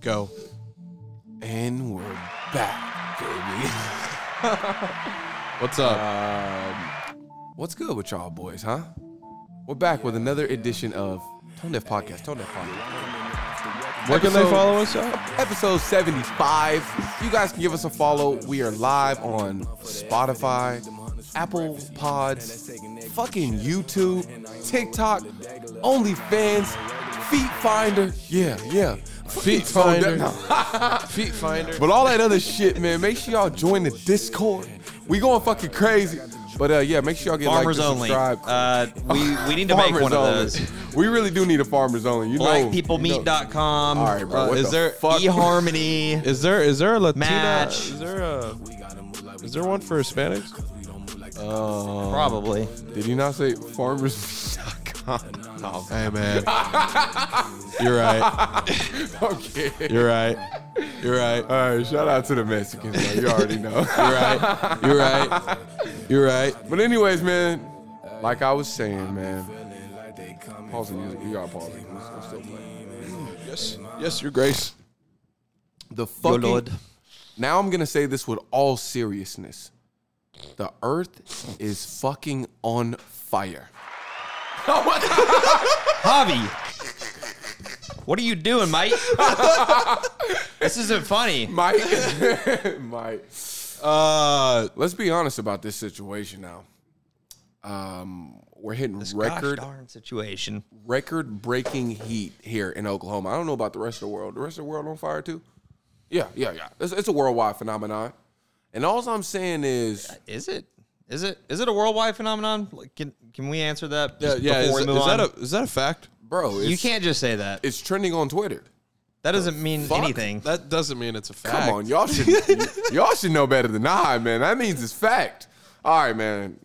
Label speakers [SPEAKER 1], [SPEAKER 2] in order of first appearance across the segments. [SPEAKER 1] Go. And we're back, baby. Um,
[SPEAKER 2] What's up?
[SPEAKER 1] What's good with y'all boys, huh? We're back with another edition of Tone Deaf Podcast. Tone Deaf Podcast.
[SPEAKER 2] Where can they
[SPEAKER 1] episode-
[SPEAKER 2] follow us at?
[SPEAKER 1] Episode 75. You guys can give us a follow. We are live on Spotify, Apple Pods, fucking YouTube, TikTok, OnlyFans, Feet Finder. Yeah, yeah.
[SPEAKER 2] Feet
[SPEAKER 1] Tone Deaf-
[SPEAKER 2] Finder. Feet Finder.
[SPEAKER 1] But all that other shit, man, make sure y'all join the Discord. We going fucking crazy. But uh, yeah, make sure y'all get
[SPEAKER 3] Farmers
[SPEAKER 1] like, to
[SPEAKER 3] only.
[SPEAKER 1] subscribe.
[SPEAKER 3] Uh, we we need to make
[SPEAKER 1] Farmers
[SPEAKER 3] one of
[SPEAKER 1] only.
[SPEAKER 3] those.
[SPEAKER 1] We really do need a farmers only. You know,
[SPEAKER 3] Blackpeoplemeet.com.
[SPEAKER 1] All right, bro.
[SPEAKER 3] Uh,
[SPEAKER 1] what
[SPEAKER 3] is
[SPEAKER 1] the
[SPEAKER 3] there
[SPEAKER 1] fuck?
[SPEAKER 3] eHarmony?
[SPEAKER 2] Is there is there a Latina?
[SPEAKER 3] Match.
[SPEAKER 2] Is there a is there one for Hispanics?
[SPEAKER 3] Probably.
[SPEAKER 1] Did you not say farmers.com? No,
[SPEAKER 2] Hey man, you're right.
[SPEAKER 1] okay.
[SPEAKER 2] You're right. You're right.
[SPEAKER 1] All right, shout out to the Mexicans. Bro. You already know.
[SPEAKER 2] You're right. You're right. You're right.
[SPEAKER 1] but anyways, man, like I was saying, man. Pause the music. You are pausing. I'm still playing.
[SPEAKER 2] Yes. Yes, Your Grace.
[SPEAKER 1] The fucking Now I'm gonna say this with all seriousness. The earth is fucking on fire.
[SPEAKER 3] Javi. What are you doing, Mike? this isn't funny.
[SPEAKER 1] Mike. Mike.
[SPEAKER 2] Uh,
[SPEAKER 1] Let's be honest about this situation now. Um, we're hitting record
[SPEAKER 3] Gosh darn situation.
[SPEAKER 1] record breaking heat here in Oklahoma. I don't know about the rest of the world. The rest of the world on fire too? Yeah, yeah, yeah. It's, it's a worldwide phenomenon. And all I'm saying is
[SPEAKER 3] Is it? Is it? Is it a worldwide phenomenon? Like, Can Can we answer that?
[SPEAKER 2] yeah.
[SPEAKER 3] just
[SPEAKER 2] yeah
[SPEAKER 3] Before
[SPEAKER 2] is,
[SPEAKER 3] we move
[SPEAKER 2] is that
[SPEAKER 3] on?
[SPEAKER 2] a is that a fact?
[SPEAKER 1] bro, it's,
[SPEAKER 3] you can't just say that.
[SPEAKER 1] it's trending on Twitter.
[SPEAKER 3] That doesn't mean anything.
[SPEAKER 2] That doesn't mean it's a fact.
[SPEAKER 1] Come on, y'all should y'all should know better than I, man. That means it's fact. All right, man.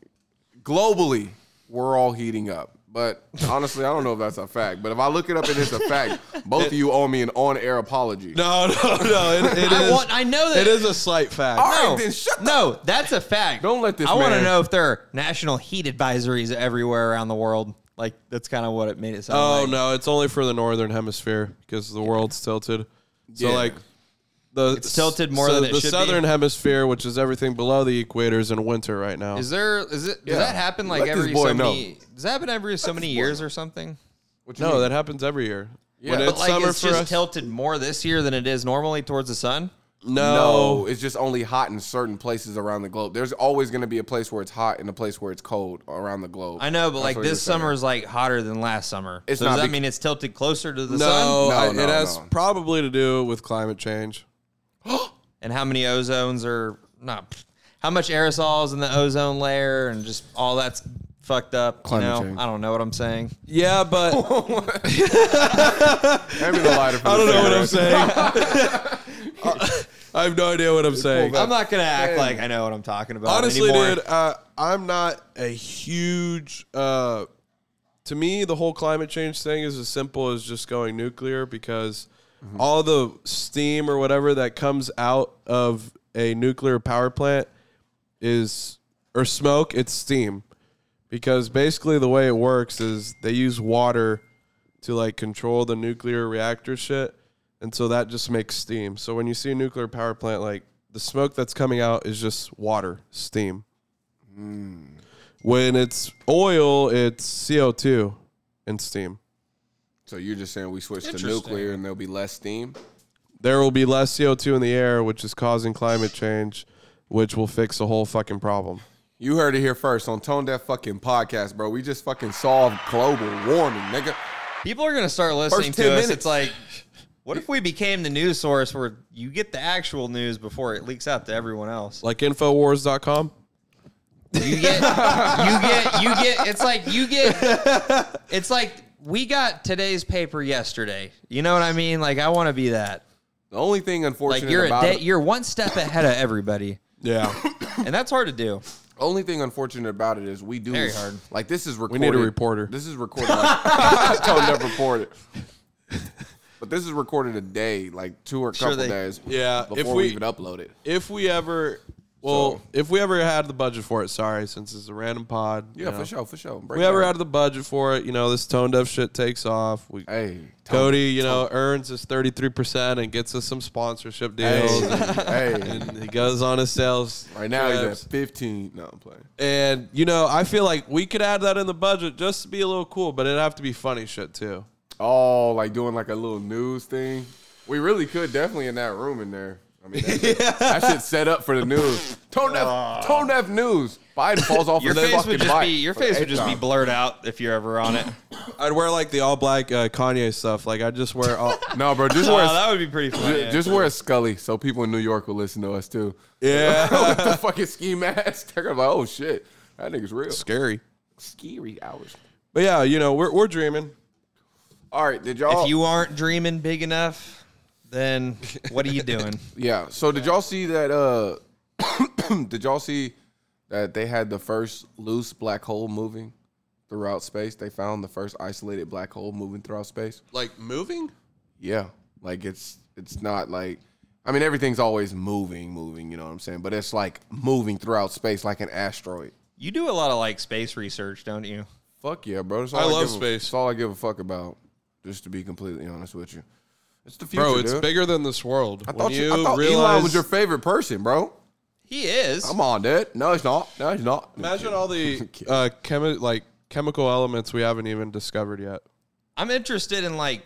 [SPEAKER 1] Globally, we're all heating up. But honestly, I don't know if that's a fact. But if I look it up and it's a fact, both of you owe me an on-air apology.
[SPEAKER 2] No, no, no. It, it
[SPEAKER 3] I
[SPEAKER 2] is-
[SPEAKER 3] want. I know that
[SPEAKER 2] It is a slight fact.
[SPEAKER 1] All right,
[SPEAKER 3] No,
[SPEAKER 1] then shut the-
[SPEAKER 3] no, that's a fact.
[SPEAKER 1] Don't let this
[SPEAKER 3] I want
[SPEAKER 1] man-
[SPEAKER 3] to know if there are national heat advisories everywhere around the world. Like that's kind of what it made it sound.
[SPEAKER 2] Oh
[SPEAKER 3] like.
[SPEAKER 2] no, it's only for the northern hemisphere because the world's tilted. So
[SPEAKER 1] Yeah.
[SPEAKER 2] like the
[SPEAKER 3] It's tilted more
[SPEAKER 2] so
[SPEAKER 3] than it
[SPEAKER 2] the
[SPEAKER 3] should be.
[SPEAKER 2] southern hemisphere, which is everything below the equator, is in winter right now.
[SPEAKER 3] Is there? Is it? Does
[SPEAKER 1] Yeah.
[SPEAKER 3] that happen like
[SPEAKER 1] Let this
[SPEAKER 3] every
[SPEAKER 1] boy
[SPEAKER 3] so
[SPEAKER 1] know.
[SPEAKER 3] many? Does that happen every so many years or something?
[SPEAKER 1] What you
[SPEAKER 2] no,
[SPEAKER 1] mean?
[SPEAKER 2] that happens every year.
[SPEAKER 1] Yeah.
[SPEAKER 2] When
[SPEAKER 1] But,
[SPEAKER 2] it's
[SPEAKER 3] But like
[SPEAKER 2] summer
[SPEAKER 3] it's
[SPEAKER 2] for
[SPEAKER 3] just
[SPEAKER 2] us,
[SPEAKER 3] tilted more this year than it is normally towards the sun.
[SPEAKER 2] no,
[SPEAKER 1] no, it's just only hot in certain places around the globe. There's always going to be a place where it's hot and a place where it's cold around the globe.
[SPEAKER 3] I know, but
[SPEAKER 1] That's
[SPEAKER 3] like
[SPEAKER 1] what he
[SPEAKER 3] this
[SPEAKER 1] was saying.
[SPEAKER 3] summer is like hotter than last summer.
[SPEAKER 1] It's
[SPEAKER 3] so
[SPEAKER 1] not
[SPEAKER 3] does that
[SPEAKER 1] bec-
[SPEAKER 3] mean it's tilted closer to the sun?
[SPEAKER 2] no,
[SPEAKER 1] No,
[SPEAKER 2] I-
[SPEAKER 1] no,
[SPEAKER 2] it has
[SPEAKER 1] no.
[SPEAKER 2] probably to do with climate change.
[SPEAKER 3] And how many ozones are not? How much aerosols in the ozone layer and just all that's fucked up.
[SPEAKER 1] Climate
[SPEAKER 3] you know?
[SPEAKER 1] change.
[SPEAKER 3] I don't know what I'm saying.
[SPEAKER 2] Yeah, but
[SPEAKER 1] Oh, Hand me the lighter for
[SPEAKER 2] I don't
[SPEAKER 1] the
[SPEAKER 2] know what I'm
[SPEAKER 1] cigarette.
[SPEAKER 2] saying. I have no idea what I'm saying.
[SPEAKER 3] I'm not gonna act like I know what I'm talking about.
[SPEAKER 2] Honestly,
[SPEAKER 3] anymore.
[SPEAKER 2] dude, uh, I'm not a huge. Uh, to me, the whole climate change thing is as simple as just going nuclear because all the steam or whatever that comes out of a nuclear power plant is, or smoke, it's steam. Because basically, the way it works is they use water to like control the nuclear reactor shit. And so that just makes steam. So when you see a nuclear power plant, like the smoke that's coming out is just water, steam. When it's oil, it's CO2 and steam.
[SPEAKER 1] So you're just saying we switch to
[SPEAKER 2] Interesting.
[SPEAKER 1] nuclear and there'll be less steam?
[SPEAKER 2] There will be less CO2 in the air, which is causing climate change, which will fix the whole fucking problem.
[SPEAKER 1] You heard it here first on Tone Deaf fucking podcast, bro. We just fucking solved global warming, nigga.
[SPEAKER 3] people are gonna start listening
[SPEAKER 1] First 10
[SPEAKER 3] to us.
[SPEAKER 1] minutes.
[SPEAKER 3] It's like, what if we became the news source where you get the actual news before it leaks out to everyone else?
[SPEAKER 2] Like Infowars.com?
[SPEAKER 3] You get, you get, you get. It's like you get. It's like we got today's paper yesterday. You know what I mean? Like I want to be that.
[SPEAKER 1] The only thing unfortunate
[SPEAKER 3] Like you're a
[SPEAKER 1] about
[SPEAKER 3] day,
[SPEAKER 1] it-
[SPEAKER 3] you're one step ahead of everybody,
[SPEAKER 2] Yeah.
[SPEAKER 3] and that's hard to do.
[SPEAKER 1] only thing unfortunate about it is we do
[SPEAKER 3] Very hard.
[SPEAKER 1] Like this is recorded.
[SPEAKER 2] need a reporter.
[SPEAKER 1] This is recorded. Like, Tone Deaf reported. But this is recorded a day, like two or a couple
[SPEAKER 3] they-
[SPEAKER 1] days.
[SPEAKER 2] Yeah, if
[SPEAKER 1] before we,
[SPEAKER 2] we-
[SPEAKER 1] even upload it.
[SPEAKER 2] if we ever Well, if we ever had the budget for it, sorry, since it's a random pod. you
[SPEAKER 1] Yeah,
[SPEAKER 2] know.
[SPEAKER 1] for sure, for sure. Break
[SPEAKER 2] We ever
[SPEAKER 1] down.
[SPEAKER 2] had the budget for it, you know, this tone deaf shit takes off. We
[SPEAKER 1] Hey,
[SPEAKER 2] Cody, you know, earns his 33% and gets us some sponsorship deals. and,
[SPEAKER 1] hey, hey.
[SPEAKER 2] and he goes on his sales.
[SPEAKER 1] Right now he's at
[SPEAKER 2] trips.
[SPEAKER 1] 15. No, I'm playing.
[SPEAKER 2] And, you know, I feel like we could add that in the budget just to be a little cool, but it'd have to be funny shit too.
[SPEAKER 1] Oh, like doing like a little news thing. We really could definitely in that room in there. I mean, that, shit- that shit's set up for the news. Tone deaf, tone deaf news. Biden falls off
[SPEAKER 3] Your
[SPEAKER 1] his
[SPEAKER 3] face
[SPEAKER 1] fucking
[SPEAKER 3] would just
[SPEAKER 1] bike.
[SPEAKER 3] be your
[SPEAKER 1] for the
[SPEAKER 3] face would
[SPEAKER 1] eighth
[SPEAKER 3] just be
[SPEAKER 1] time.
[SPEAKER 3] blurred out if you're ever on it.
[SPEAKER 2] I'd wear like the all black uh, Kanye stuff. Like I just wear all.
[SPEAKER 1] No, bro, just wear
[SPEAKER 3] wow,
[SPEAKER 1] a,
[SPEAKER 3] Oh, that would be pretty funny.
[SPEAKER 1] just wear a Scully so people in New York will listen to us too.
[SPEAKER 2] yeah.
[SPEAKER 1] With the fucking ski mask, they're gonna be like, "Oh shit, that nigga's real."
[SPEAKER 2] Scary.
[SPEAKER 1] Scary hours.
[SPEAKER 2] But yeah, you know, we're, we're dreaming.
[SPEAKER 1] All right, did y'all?
[SPEAKER 3] if you aren't dreaming big enough, then what are you doing?
[SPEAKER 1] Yeah. So did y'all see that? Uh, did y'all see that they had the first loose black hole moving throughout space? They found the first isolated black hole moving throughout space.
[SPEAKER 2] Like moving?
[SPEAKER 1] Yeah, like it's it's not like I mean everything's always moving, moving. You know what I'm saying? But it's like moving throughout space like an asteroid.
[SPEAKER 3] you do a lot of like space research, don't you?
[SPEAKER 1] Fuck yeah, bro. That's all
[SPEAKER 2] I
[SPEAKER 1] I,
[SPEAKER 2] love
[SPEAKER 1] give a-
[SPEAKER 2] space.
[SPEAKER 1] That's all I give a fuck about. Just to be completely honest with you, it's the future,
[SPEAKER 2] Bro, it's
[SPEAKER 1] dude.
[SPEAKER 2] bigger than this world.
[SPEAKER 1] I thought, you, I thought Elon was your favorite person, bro.
[SPEAKER 3] He is.
[SPEAKER 1] Come on, dude. No, it's not. No, it's not.
[SPEAKER 2] Imagine all the uh, chemi- like chemical elements we haven't even discovered yet.
[SPEAKER 3] I'm interested in like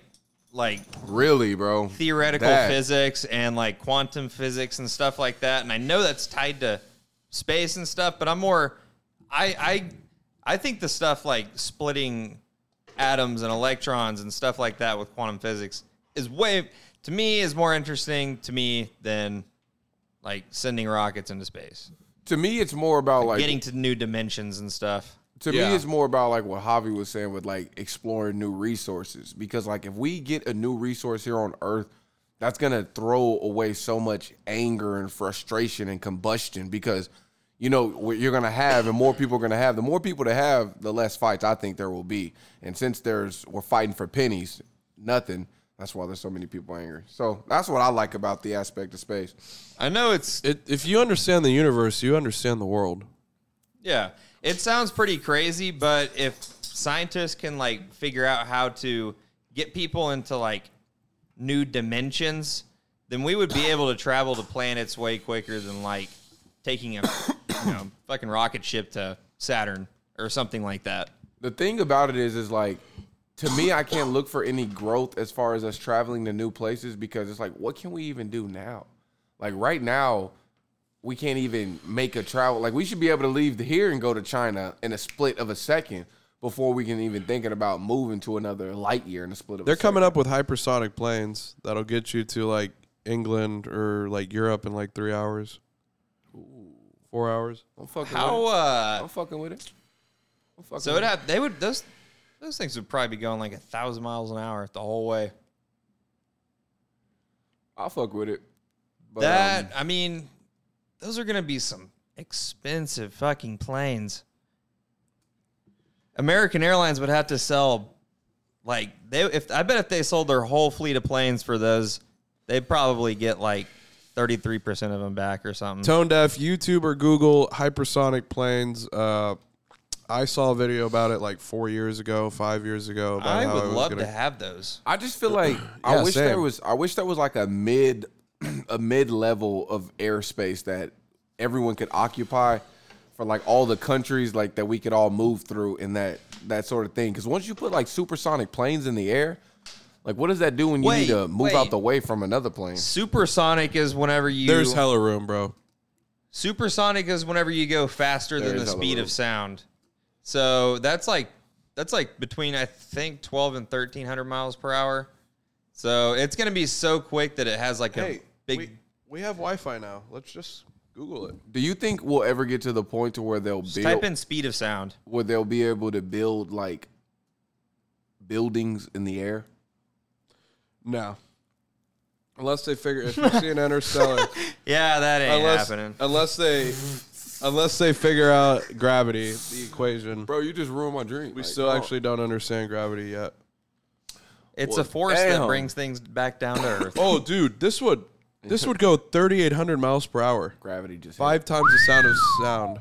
[SPEAKER 3] like
[SPEAKER 1] Really, bro.
[SPEAKER 3] theoretical
[SPEAKER 1] That-
[SPEAKER 3] physics and like quantum physics and stuff like that. And I know that's tied to space and stuff, but I'm more I I I think the stuff like splitting atoms and electrons and stuff like that with quantum physics is way to me is more interesting to me than like sending rockets into space.
[SPEAKER 1] To me, it's more about like.
[SPEAKER 3] Getting to new dimensions and stuff.
[SPEAKER 1] to
[SPEAKER 2] Yeah.
[SPEAKER 1] me, it's more about like what Javi was saying with like exploring new resources because like if we get a new resource here on Earth, that's gonna throw away so much anger and frustration and combustion because. You know what you're gonna have, and more people are gonna have. The more people to have, the less fights I think there will be. And since there's we're fighting for pennies, nothing. That's why there's so many people angry. So that's what I like about the aspect of space.
[SPEAKER 3] I know it's
[SPEAKER 2] It, if you understand the universe, you understand the world.
[SPEAKER 3] Yeah. It sounds pretty crazy, but if scientists can like figure out how to get people into like new dimensions, then we would be able to travel to planets way quicker than like taking a you know, fucking rocket ship to Saturn or something like that.
[SPEAKER 1] the thing about it is is like to me i can't look for any growth as far as us traveling to new places because it's like what can we even do now like right now we can't even make a travel like we should be able to leave here and go to china in a split of a second before we can even thinking about moving to another light year in a split of
[SPEAKER 2] They're
[SPEAKER 1] a second.
[SPEAKER 2] coming up with hypersonic planes that'll get you to like England or like Europe in like three hours, four hours.
[SPEAKER 1] i'm fucking
[SPEAKER 3] How
[SPEAKER 1] with it
[SPEAKER 3] uh
[SPEAKER 1] i'm fucking with it I'm fucking
[SPEAKER 3] so
[SPEAKER 1] with
[SPEAKER 3] it have they would those those things would probably be going like a thousand miles an hour the whole way.
[SPEAKER 1] i'll fuck with it but,
[SPEAKER 3] That
[SPEAKER 1] um,
[SPEAKER 3] I mean, those are gonna be some expensive fucking planes. American Airlines would have to sell, like they if I bet if they sold their whole fleet of planes for those, they'd probably get like thirty three percent of them back or something.
[SPEAKER 2] Tone deaf, YouTube or Google hypersonic planes. Uh, I saw a video about it like four years ago, five years ago. About
[SPEAKER 3] I
[SPEAKER 2] how
[SPEAKER 3] would
[SPEAKER 2] it was
[SPEAKER 3] love
[SPEAKER 2] gonna-
[SPEAKER 3] to have those.
[SPEAKER 1] I just feel like I
[SPEAKER 2] Yeah,
[SPEAKER 1] wish
[SPEAKER 2] same.
[SPEAKER 1] there was I wish there was like a mid a mid level of airspace that everyone could occupy for like all the countries like that we could all move through and that that sort of thing cuz once you put like supersonic planes in the air like what does that do when you need
[SPEAKER 3] Wait,
[SPEAKER 1] to move
[SPEAKER 3] wait.
[SPEAKER 1] out the way from another plane?
[SPEAKER 3] Supersonic is whenever you
[SPEAKER 2] There's hella room, bro.
[SPEAKER 3] Supersonic is whenever you go faster
[SPEAKER 1] There
[SPEAKER 3] than
[SPEAKER 1] is
[SPEAKER 3] the
[SPEAKER 1] hella
[SPEAKER 3] speed
[SPEAKER 1] room.
[SPEAKER 3] of sound. So that's like that's like between I think twelve and thirteen hundred miles per hour. So it's gonna be so quick that it has like a big.
[SPEAKER 2] we, we have Wi-Fi now. Let's just Google it.
[SPEAKER 1] Do you think we'll ever get to the point to where they'll build
[SPEAKER 3] type in speed of sound.
[SPEAKER 1] where they'll be able to build like buildings in the air?
[SPEAKER 2] No. Unless they figure if you see an interstellar,
[SPEAKER 3] Yeah, that ain't
[SPEAKER 2] unless
[SPEAKER 3] happening.
[SPEAKER 2] unless they unless they figure out gravity, the equation.
[SPEAKER 1] Bro, you just ruined my dream. oh.
[SPEAKER 2] we still actually don't understand gravity yet.
[SPEAKER 3] It's
[SPEAKER 1] well,
[SPEAKER 3] a force
[SPEAKER 1] damn.
[SPEAKER 3] that brings things back down to earth.
[SPEAKER 2] Oh, dude, this would This would go 3,800 miles per hour,
[SPEAKER 1] Gravity just hit.
[SPEAKER 2] five times the sound of sound.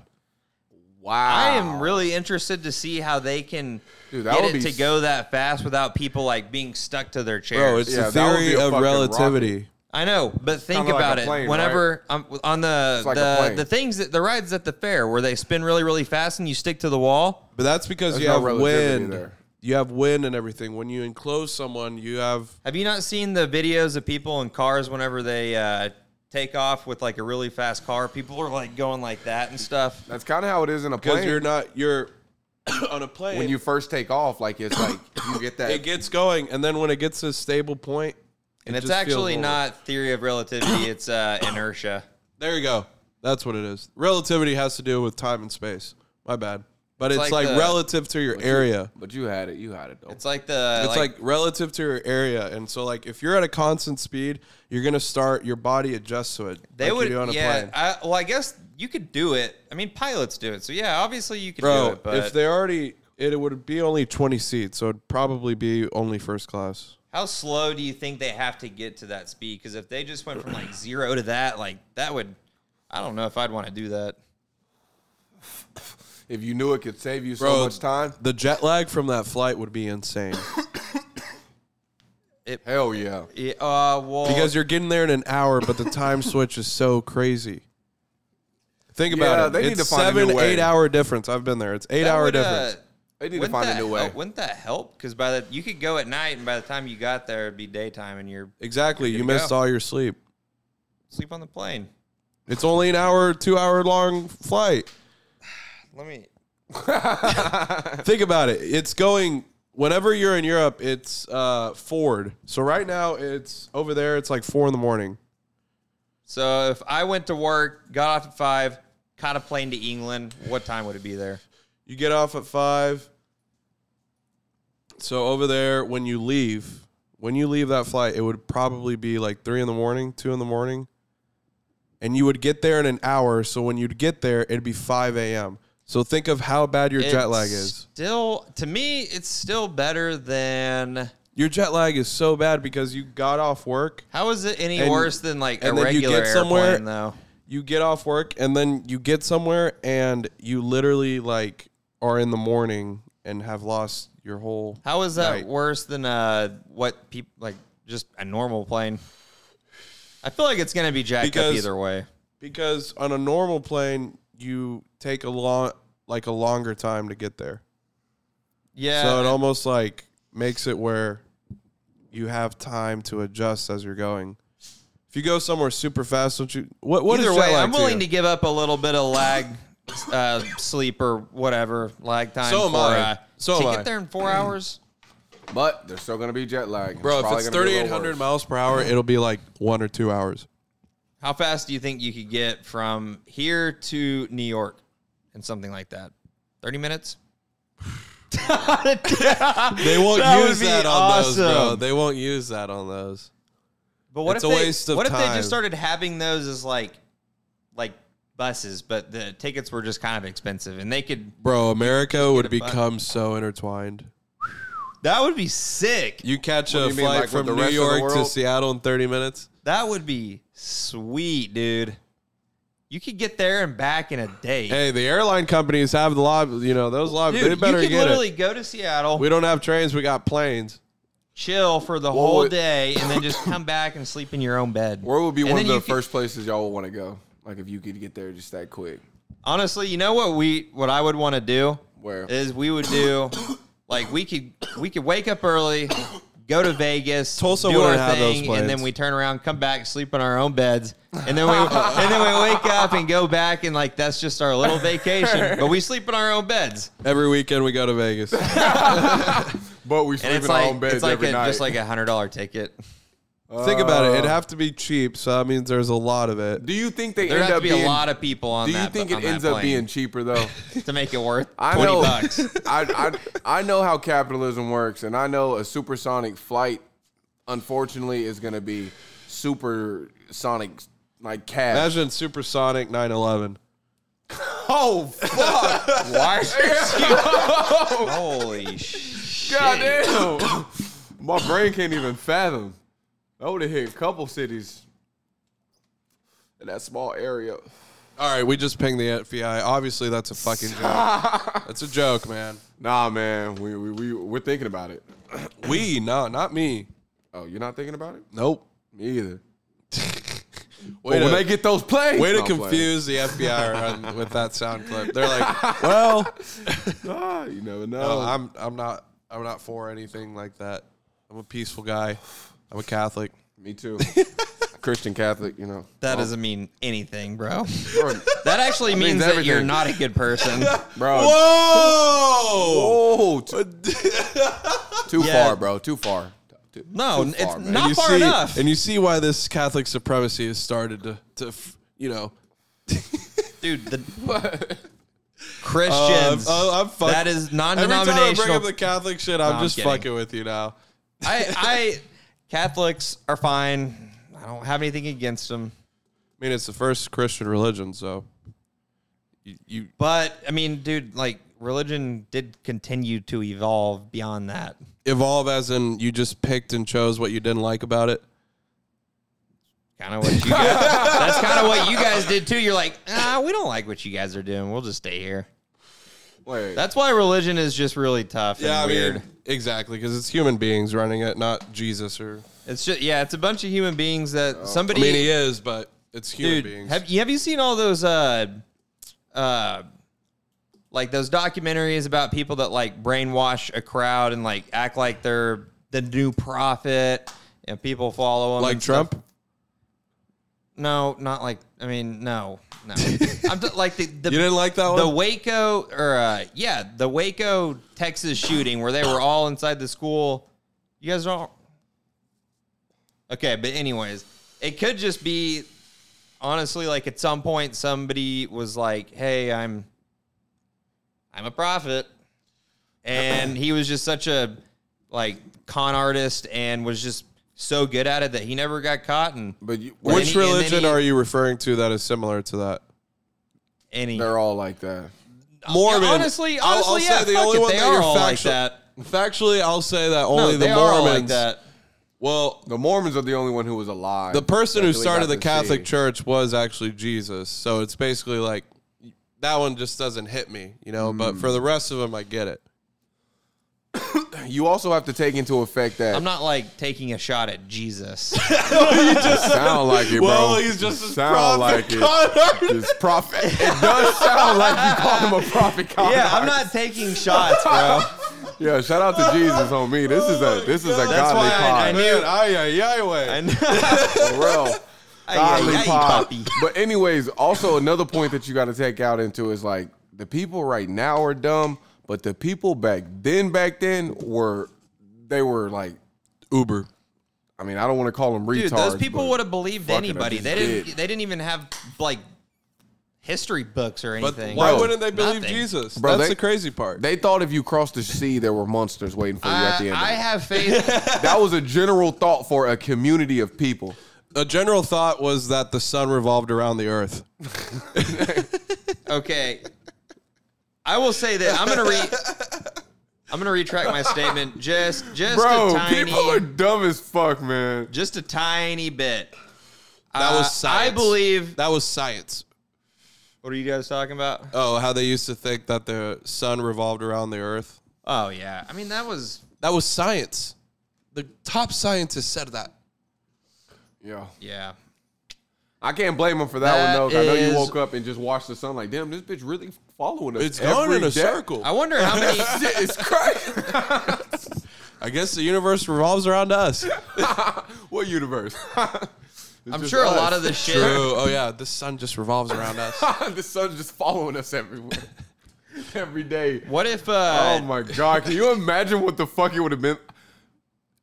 [SPEAKER 1] Wow.
[SPEAKER 3] I am really interested to see how they can
[SPEAKER 1] Dude, that
[SPEAKER 3] get
[SPEAKER 1] would
[SPEAKER 3] it
[SPEAKER 1] be
[SPEAKER 3] to
[SPEAKER 1] s-
[SPEAKER 3] go that fast without people like being stuck to their chairs.
[SPEAKER 2] Bro, it's
[SPEAKER 1] Yeah,
[SPEAKER 2] the
[SPEAKER 1] that would be
[SPEAKER 2] theory
[SPEAKER 1] a
[SPEAKER 2] of
[SPEAKER 1] fucking
[SPEAKER 2] relativity.
[SPEAKER 3] I know, but think
[SPEAKER 1] Kinda like
[SPEAKER 3] about
[SPEAKER 1] a
[SPEAKER 3] it.
[SPEAKER 1] plane,
[SPEAKER 3] Whenever I'm on the
[SPEAKER 1] like a
[SPEAKER 3] the,
[SPEAKER 1] plane.
[SPEAKER 3] the things that the rides at the fair where they spin really really fast and you stick to the wall.
[SPEAKER 2] But that's because
[SPEAKER 1] There's
[SPEAKER 2] you
[SPEAKER 1] no
[SPEAKER 2] have
[SPEAKER 1] relativity
[SPEAKER 2] wind.
[SPEAKER 1] there.
[SPEAKER 2] You have wind and everything. When you enclose someone, you have
[SPEAKER 3] Have you not seen the videos of people in cars whenever they uh, take off with like a really fast car? People are like going like that and stuff.
[SPEAKER 1] That's kind of how it is in a
[SPEAKER 2] because
[SPEAKER 1] plane.
[SPEAKER 2] you're not you're on a plane.
[SPEAKER 1] when you first take off, like it's like you get that.
[SPEAKER 2] it gets going, and then when it gets to a stable point,
[SPEAKER 3] And it's
[SPEAKER 2] just feels
[SPEAKER 3] actually
[SPEAKER 2] normal.
[SPEAKER 3] not theory of relativity; it's uh, inertia.
[SPEAKER 2] There you go. That's what it is. Relativity has to do with time and space. My bad. But it's,
[SPEAKER 3] like
[SPEAKER 2] like,
[SPEAKER 3] the-
[SPEAKER 2] relative to your area.
[SPEAKER 1] but you had it. You had it. Though.
[SPEAKER 3] It's like the
[SPEAKER 2] It's like, relative to your area. And so like if you're at a constant speed, you're gonna start your body adjusts to it.
[SPEAKER 3] They
[SPEAKER 2] like
[SPEAKER 3] would,
[SPEAKER 2] you do on a
[SPEAKER 3] yeah.
[SPEAKER 2] plane.
[SPEAKER 3] I, well, I guess you could do it. I mean, pilots do it, so yeah, obviously you could do
[SPEAKER 2] Bro,
[SPEAKER 3] it. But
[SPEAKER 2] if they already it would be only twenty seats, so it'd probably be only first class.
[SPEAKER 3] how slow do you think they have to get to that speed? Because if they just went from like zero to that, like that would, I don't know if I'd want to do that.
[SPEAKER 1] if you knew it could save you
[SPEAKER 2] Bro,
[SPEAKER 1] so much time,
[SPEAKER 2] The jet lag from that flight would be insane.
[SPEAKER 1] hell yeah.
[SPEAKER 3] Yeah, uh, well,
[SPEAKER 2] because you're getting there in an hour, but the time switch is so crazy. Think about
[SPEAKER 1] Yeah,
[SPEAKER 2] it.
[SPEAKER 1] they
[SPEAKER 2] it's
[SPEAKER 1] need to find a
[SPEAKER 2] seven,
[SPEAKER 1] new way.
[SPEAKER 2] eight hour difference. I've been there. It's eight
[SPEAKER 3] that
[SPEAKER 2] hour
[SPEAKER 3] would, uh,
[SPEAKER 2] difference.
[SPEAKER 1] They need to
[SPEAKER 3] wouldn't
[SPEAKER 1] find a
[SPEAKER 3] that
[SPEAKER 1] new
[SPEAKER 3] hel-
[SPEAKER 1] way.
[SPEAKER 3] wouldn't that help? Because by the you could go at night, and by the time you got there, it'd be daytime, and you're
[SPEAKER 2] exactly. You
[SPEAKER 3] good to
[SPEAKER 2] missed
[SPEAKER 3] go.
[SPEAKER 2] all your sleep.
[SPEAKER 3] sleep on the plane.
[SPEAKER 2] It's only an hour, two hour long flight.
[SPEAKER 3] Let me.
[SPEAKER 2] Think about it. It's going whenever you're in Europe. It's uh, forward. So right now, it's over there. It's like four in the morning.
[SPEAKER 3] So if I went to work, got off at five, caught a plane to England, what time would it be there?
[SPEAKER 2] You get off at five. So over there, when you leave, when you leave that flight, it would probably be like three in the morning, two in the morning, and you would get there in an hour. So when you'd get there, it'd be five a.m. So think of how bad your jet
[SPEAKER 3] It's
[SPEAKER 2] lag is.
[SPEAKER 3] Still, to me, it's still better than.
[SPEAKER 2] Your jet lag is so bad because you got off work,
[SPEAKER 3] How is it any
[SPEAKER 2] And-
[SPEAKER 3] worse than like a
[SPEAKER 2] and then you
[SPEAKER 3] regular
[SPEAKER 2] get somewhere-
[SPEAKER 3] airplane though?
[SPEAKER 2] you get off work, and then you get somewhere, and you literally like are in the morning and have lost your whole.
[SPEAKER 3] How is that
[SPEAKER 2] Right.
[SPEAKER 3] worse than uh what people like just a normal plane? I feel like it's gonna be jacked up
[SPEAKER 2] Because-
[SPEAKER 3] either way.
[SPEAKER 2] Because on a normal plane, you take a long, like a longer time to get there.
[SPEAKER 3] Yeah.
[SPEAKER 2] So it almost like makes it where you have time to adjust as you're going. If you go somewhere super fast, don't you? What what is
[SPEAKER 3] either
[SPEAKER 2] jet
[SPEAKER 3] way,
[SPEAKER 2] lag
[SPEAKER 3] I'm willing to,
[SPEAKER 2] you?
[SPEAKER 3] give up a little bit of lag, uh, sleep or whatever lag time.
[SPEAKER 2] So am
[SPEAKER 3] for,
[SPEAKER 2] I.
[SPEAKER 3] Uh,
[SPEAKER 2] So
[SPEAKER 3] to
[SPEAKER 2] am
[SPEAKER 3] get
[SPEAKER 2] I.
[SPEAKER 3] there in four hours.
[SPEAKER 1] But there's still gonna be jet lag.
[SPEAKER 2] Bro, if
[SPEAKER 1] probably
[SPEAKER 2] it's
[SPEAKER 1] gonna be a little
[SPEAKER 2] 3,800
[SPEAKER 1] worse.
[SPEAKER 2] miles per hour, it'll be like one or two hours.
[SPEAKER 3] How fast do you think you could get from here to New York and something like that? 30 minutes? but
[SPEAKER 2] They won't
[SPEAKER 3] That would
[SPEAKER 2] use
[SPEAKER 3] be
[SPEAKER 2] that on those, bro.
[SPEAKER 3] awesome.
[SPEAKER 2] They won't use that on those.
[SPEAKER 3] what
[SPEAKER 2] It's
[SPEAKER 3] if
[SPEAKER 2] a
[SPEAKER 3] they,
[SPEAKER 2] waste of
[SPEAKER 3] what if they
[SPEAKER 2] time.
[SPEAKER 3] just started having those as like like buses, but the tickets were just kind of expensive and they could
[SPEAKER 2] Bro, America would
[SPEAKER 3] a bus.
[SPEAKER 2] become so intertwined.
[SPEAKER 3] that would be sick.
[SPEAKER 2] You catch
[SPEAKER 1] do
[SPEAKER 2] a
[SPEAKER 1] you mean,
[SPEAKER 2] flight
[SPEAKER 1] like, with
[SPEAKER 2] from
[SPEAKER 1] the
[SPEAKER 2] New
[SPEAKER 1] rest of the
[SPEAKER 2] York to
[SPEAKER 1] world?
[SPEAKER 2] Seattle in 30 minutes.
[SPEAKER 3] That would be sweet, dude. You could get there and back in a day.
[SPEAKER 2] Hey, the airline companies have the lob. You know those lob.
[SPEAKER 3] dude,
[SPEAKER 2] They better
[SPEAKER 3] you could
[SPEAKER 2] get
[SPEAKER 3] literally
[SPEAKER 2] it.
[SPEAKER 3] go to Seattle,
[SPEAKER 2] We don't have trains. We got planes.
[SPEAKER 3] chill for the whole
[SPEAKER 1] it-
[SPEAKER 3] day, and then just come back and sleep in your own bed.
[SPEAKER 1] Where would be
[SPEAKER 3] And
[SPEAKER 1] one of
[SPEAKER 3] then
[SPEAKER 1] the
[SPEAKER 3] you could-
[SPEAKER 1] first places y'all would want to go? Like if you could get there just that quick.
[SPEAKER 3] Honestly, you know what we what I would want to do
[SPEAKER 1] Where?
[SPEAKER 3] is we would do like we could we could wake up early, go to Vegas,
[SPEAKER 2] Tulsa
[SPEAKER 3] do our
[SPEAKER 2] wouldn't have those
[SPEAKER 3] thing,
[SPEAKER 2] plans.
[SPEAKER 3] and then we turn around, come back, sleep in our own beds, and then we and then we wake up and go back and like that's just our little vacation, but we sleep in our own beds,
[SPEAKER 2] Every weekend we go to Vegas.
[SPEAKER 1] But we
[SPEAKER 3] and
[SPEAKER 1] sleep
[SPEAKER 3] it's
[SPEAKER 1] in our
[SPEAKER 3] like
[SPEAKER 1] own beds
[SPEAKER 3] it's like
[SPEAKER 1] every
[SPEAKER 3] a,
[SPEAKER 1] night.
[SPEAKER 3] just like a hundred dollar ticket.
[SPEAKER 2] Think about
[SPEAKER 1] Uh.
[SPEAKER 2] it. It'd have to be cheap, so that means there's a lot of it.
[SPEAKER 1] do you think they
[SPEAKER 3] There
[SPEAKER 1] end
[SPEAKER 3] have to
[SPEAKER 1] up
[SPEAKER 3] be
[SPEAKER 1] being?
[SPEAKER 3] a lot of people on.
[SPEAKER 1] do you
[SPEAKER 3] that,
[SPEAKER 1] think
[SPEAKER 3] on
[SPEAKER 1] it
[SPEAKER 3] that
[SPEAKER 1] ends up
[SPEAKER 3] plane
[SPEAKER 1] being cheaper though?
[SPEAKER 3] to make it worth
[SPEAKER 1] I
[SPEAKER 3] twenty
[SPEAKER 1] know.
[SPEAKER 3] bucks?
[SPEAKER 1] I, I I know how capitalism works, and I know a supersonic flight, unfortunately, is going to be supersonic like cab.
[SPEAKER 2] Imagine supersonic 911.
[SPEAKER 1] oh fuck!
[SPEAKER 3] Why? are you- Holy shit!
[SPEAKER 1] Goddamn! My brain can't even fathom. That would have hit a couple cities. in that small area.
[SPEAKER 2] All right, we just pinged the FBI. Obviously, that's a fucking joke. That's a joke, man.
[SPEAKER 1] Nah, man, we, we, we, we're thinking about it.
[SPEAKER 2] We, no, not me.
[SPEAKER 1] Oh, you're not thinking about it?
[SPEAKER 2] Nope.
[SPEAKER 1] Me either.
[SPEAKER 2] Way
[SPEAKER 1] but when
[SPEAKER 2] to,
[SPEAKER 1] they get those plays,
[SPEAKER 2] way to
[SPEAKER 1] No, I'm playing.
[SPEAKER 2] confuse the FBI on, with that sound clip. They're like, well,
[SPEAKER 1] Ah, you never know.
[SPEAKER 3] Oh.
[SPEAKER 2] no, I'm I'm not I'm not for anything like that. I'm a peaceful guy. I'm a Catholic.
[SPEAKER 1] Me too. Christian Catholic, you know.
[SPEAKER 3] That doesn't mean anything, bro.
[SPEAKER 1] Bro,
[SPEAKER 3] That actually means, that
[SPEAKER 1] everything.
[SPEAKER 3] you're not a good person.
[SPEAKER 1] bro
[SPEAKER 2] Whoa!
[SPEAKER 1] Oh, too, too
[SPEAKER 3] Yeah.
[SPEAKER 1] far, bro. Too far. Too-
[SPEAKER 3] No,
[SPEAKER 1] too
[SPEAKER 3] it's
[SPEAKER 1] far, man.
[SPEAKER 3] not
[SPEAKER 2] you
[SPEAKER 3] far
[SPEAKER 2] see,
[SPEAKER 3] enough.
[SPEAKER 2] And you see why this Catholic supremacy has started to to f- you know
[SPEAKER 3] Dude, the
[SPEAKER 2] Uh,
[SPEAKER 3] Christians.
[SPEAKER 2] Oh, I'm- I'm fuck-
[SPEAKER 3] that is
[SPEAKER 2] Every time I bring
[SPEAKER 3] non-denominational.
[SPEAKER 2] up the Catholic shit, I'm
[SPEAKER 3] No, I'm
[SPEAKER 2] just
[SPEAKER 3] kidding.
[SPEAKER 2] fucking with you now.
[SPEAKER 3] I, I Catholics are fine. I don't have anything against them.
[SPEAKER 2] I mean, it's the first Christian religion, so you, you
[SPEAKER 3] But I mean, dude, like religion did continue to evolve beyond that.
[SPEAKER 2] evolve as in you just picked and chose what you didn't like about it.
[SPEAKER 3] Kind of what you guys, that's kind of what you guys did too. You're like, ah, we don't like what you guys are doing. We'll just stay here.
[SPEAKER 1] Wait,
[SPEAKER 3] That's why religion is just really tough and weird.
[SPEAKER 2] exactly, because it's human beings running it, not Jesus or.
[SPEAKER 3] It's just yeah, it's a bunch of human beings that
[SPEAKER 2] I
[SPEAKER 3] somebody
[SPEAKER 2] mean, he is, but it's human
[SPEAKER 3] dude,
[SPEAKER 2] beings.
[SPEAKER 3] Have you have you seen all those uh uh like those documentaries about people that like brainwash a crowd and like act like they're the new prophet and people follow them
[SPEAKER 2] like Trump?
[SPEAKER 3] No, not like I mean no. No. I'm t- like the, the
[SPEAKER 2] You didn't like that one?
[SPEAKER 3] the Waco or uh, yeah, the Waco, Texas shooting where they were all inside the school. You guys don't. Okay, but anyways, it could just be honestly like at some point somebody was like, "Hey, I'm I'm a prophet." And he was just such a like con artist and was just so good at it that he never got caught and
[SPEAKER 1] but you,
[SPEAKER 2] Which
[SPEAKER 3] Wait, and he- and then
[SPEAKER 2] religion
[SPEAKER 3] he-
[SPEAKER 2] are you referring to that is similar to that?
[SPEAKER 3] any
[SPEAKER 1] they're all like that.
[SPEAKER 2] Mormon.
[SPEAKER 3] honestly, honestly, yeah,
[SPEAKER 2] say the
[SPEAKER 3] fuck
[SPEAKER 2] only
[SPEAKER 3] it,
[SPEAKER 2] one
[SPEAKER 3] they
[SPEAKER 2] that
[SPEAKER 3] are
[SPEAKER 2] you're
[SPEAKER 3] all like
[SPEAKER 2] factual-
[SPEAKER 3] that.
[SPEAKER 2] Factually, I'll say that
[SPEAKER 3] No,
[SPEAKER 2] only the
[SPEAKER 3] they are all
[SPEAKER 2] Mormons.
[SPEAKER 3] like that.
[SPEAKER 2] Well,
[SPEAKER 1] The Mormons are the only one who was alive.
[SPEAKER 2] the person who
[SPEAKER 1] That really got
[SPEAKER 2] started the
[SPEAKER 1] to
[SPEAKER 2] Catholic
[SPEAKER 1] see.
[SPEAKER 2] Church was actually Jesus. So it's basically like that one just doesn't hit me, you know.
[SPEAKER 3] Hmm.
[SPEAKER 2] But for the rest of them, I get it.
[SPEAKER 1] You also have to take into effect that
[SPEAKER 3] I'm not like taking a shot at Jesus.
[SPEAKER 1] sound like it, bro.
[SPEAKER 2] Well, he's just a
[SPEAKER 1] sound like
[SPEAKER 2] prophet
[SPEAKER 1] it. It's prophet. It does sound like you called him a prophet. Con
[SPEAKER 3] yeah, I'm
[SPEAKER 1] artist.
[SPEAKER 3] not taking shots, bro.
[SPEAKER 1] Yeah, shout out to Jesus, homie. This is a this is a godly
[SPEAKER 3] why I- I
[SPEAKER 1] pod.
[SPEAKER 3] knew- Man,
[SPEAKER 2] ay, ay, ay, way.
[SPEAKER 3] I know.
[SPEAKER 1] For real. Godly
[SPEAKER 3] Ay, ay,
[SPEAKER 1] pod.
[SPEAKER 3] papi.
[SPEAKER 1] But anyways, also another point that you got to take out into is like the people right now are dumb, but the people back then, back then were they were like,
[SPEAKER 2] Uber.
[SPEAKER 1] I mean, I don't want to call them retards.
[SPEAKER 3] Dude, those people
[SPEAKER 1] but-
[SPEAKER 3] would have believed
[SPEAKER 1] fuck it, I
[SPEAKER 3] anybody.
[SPEAKER 1] just
[SPEAKER 3] They didn't.
[SPEAKER 1] did.
[SPEAKER 3] They didn't even have like history books or
[SPEAKER 2] But
[SPEAKER 3] anything.
[SPEAKER 2] why
[SPEAKER 1] Bro,
[SPEAKER 2] wouldn't they believe
[SPEAKER 3] nothing.
[SPEAKER 2] Jesus?
[SPEAKER 1] Bro,
[SPEAKER 2] That's
[SPEAKER 1] they-
[SPEAKER 2] the crazy part.
[SPEAKER 1] They thought if you crossed the sea, there were monsters waiting for you at the
[SPEAKER 3] I,
[SPEAKER 1] end.
[SPEAKER 3] I
[SPEAKER 1] of it.
[SPEAKER 3] have faith.
[SPEAKER 1] That was a general thought for a community of people.
[SPEAKER 2] a general thought was that the sun revolved around the earth.
[SPEAKER 3] okay, I will say that I'm gonna re. I'm gonna retract my statement just just a
[SPEAKER 1] Bro,
[SPEAKER 3] tiny
[SPEAKER 1] people are dumb as fuck, man.
[SPEAKER 3] just a tiny bit.
[SPEAKER 2] That
[SPEAKER 3] Uh,
[SPEAKER 2] was science.
[SPEAKER 3] I believe.
[SPEAKER 2] that was science.
[SPEAKER 3] What are you guys talking about?
[SPEAKER 2] Oh, how they used to think that the sun revolved around the earth.
[SPEAKER 3] Oh yeah, I mean that was
[SPEAKER 2] That was science. The top scientist said that.
[SPEAKER 1] Yeah.
[SPEAKER 3] yeah.
[SPEAKER 1] I can't blame him for that,
[SPEAKER 3] That
[SPEAKER 1] one though. 'cause I know you
[SPEAKER 3] is-
[SPEAKER 1] would woke up and just watched the sun. Like, damn, this bitch really following us.
[SPEAKER 2] It's going
[SPEAKER 1] every
[SPEAKER 2] in a
[SPEAKER 1] day.
[SPEAKER 2] circle.
[SPEAKER 3] I wonder how many.
[SPEAKER 1] Shit, it's crazy.
[SPEAKER 2] I guess the universe revolves around us.
[SPEAKER 1] what universe?
[SPEAKER 3] I'm sure a lot of the shit.
[SPEAKER 2] True. Oh yeah, the sun just revolves around us.
[SPEAKER 1] of the sun's just following us everywhere, every day.
[SPEAKER 3] What if?
[SPEAKER 1] Oh
[SPEAKER 3] Uh,
[SPEAKER 1] my god! Can you imagine what the fuck it would have been?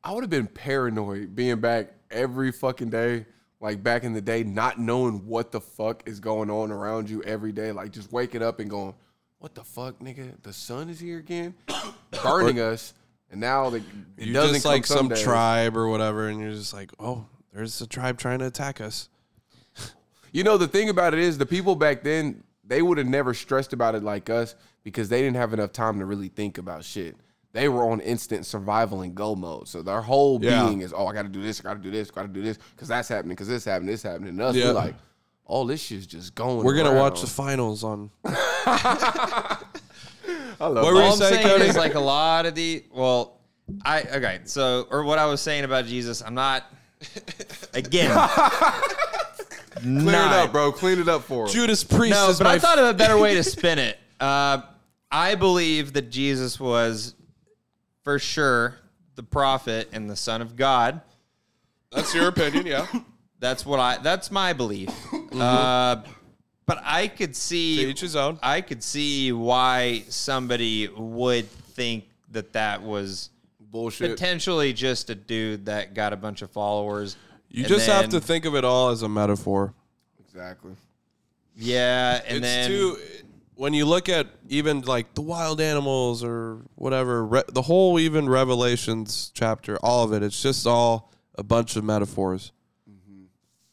[SPEAKER 1] I would have been paranoid being back every fucking day, like back in the day, not knowing what the fuck is going on around you every day, like just waking up and going, "What the fuck, nigga? The sun is here again, burning us." And now the, it
[SPEAKER 2] You're
[SPEAKER 1] doesn't
[SPEAKER 2] just
[SPEAKER 1] come
[SPEAKER 2] like some
[SPEAKER 1] days.
[SPEAKER 2] tribe or whatever, and you're just like, oh, there's a tribe trying to attack us.
[SPEAKER 1] You know, the thing about it is the people back then, they would have never stressed about it like us because they didn't have enough time to really think about shit. They were on instant survival and go mode. So their whole
[SPEAKER 2] Yeah.
[SPEAKER 1] being is, oh, I got to do this, I got to do this, I got to do this because that's happening, because this happened, this happened. And us, we
[SPEAKER 2] Yeah.
[SPEAKER 1] like, all this shit's just going.
[SPEAKER 2] We're gonna watch
[SPEAKER 1] around.
[SPEAKER 2] the finals on.
[SPEAKER 1] I love
[SPEAKER 2] What were
[SPEAKER 1] it.
[SPEAKER 2] you
[SPEAKER 3] All I'm
[SPEAKER 2] saying,
[SPEAKER 3] saying
[SPEAKER 2] Cody?
[SPEAKER 3] is like a lot of the well, I okay. So or what I was saying about Jesus, I'm not again.
[SPEAKER 1] Clean it up, bro. Clean it up for him.
[SPEAKER 2] Judas Priest
[SPEAKER 3] No,
[SPEAKER 2] is
[SPEAKER 3] but
[SPEAKER 2] my
[SPEAKER 3] I thought of a better way to spin it. Uh, I believe that Jesus was for sure the prophet and the son of God.
[SPEAKER 2] That's your opinion, yeah. Mm-hmm.
[SPEAKER 3] That's what I. That's my belief. Uh, but I could
[SPEAKER 2] to
[SPEAKER 3] see.
[SPEAKER 2] each his own.
[SPEAKER 3] I could see why somebody would think that that was
[SPEAKER 1] Bullshit.
[SPEAKER 3] potentially just a dude that got a bunch of followers.
[SPEAKER 2] You
[SPEAKER 3] and
[SPEAKER 2] just have to
[SPEAKER 3] then-
[SPEAKER 2] think of it all as a metaphor.
[SPEAKER 1] exactly.
[SPEAKER 3] Yeah, and
[SPEAKER 2] it's
[SPEAKER 3] then
[SPEAKER 2] too when you look at even like the wild animals or whatever re, the whole even revelations chapter all of it it's just all a bunch of metaphors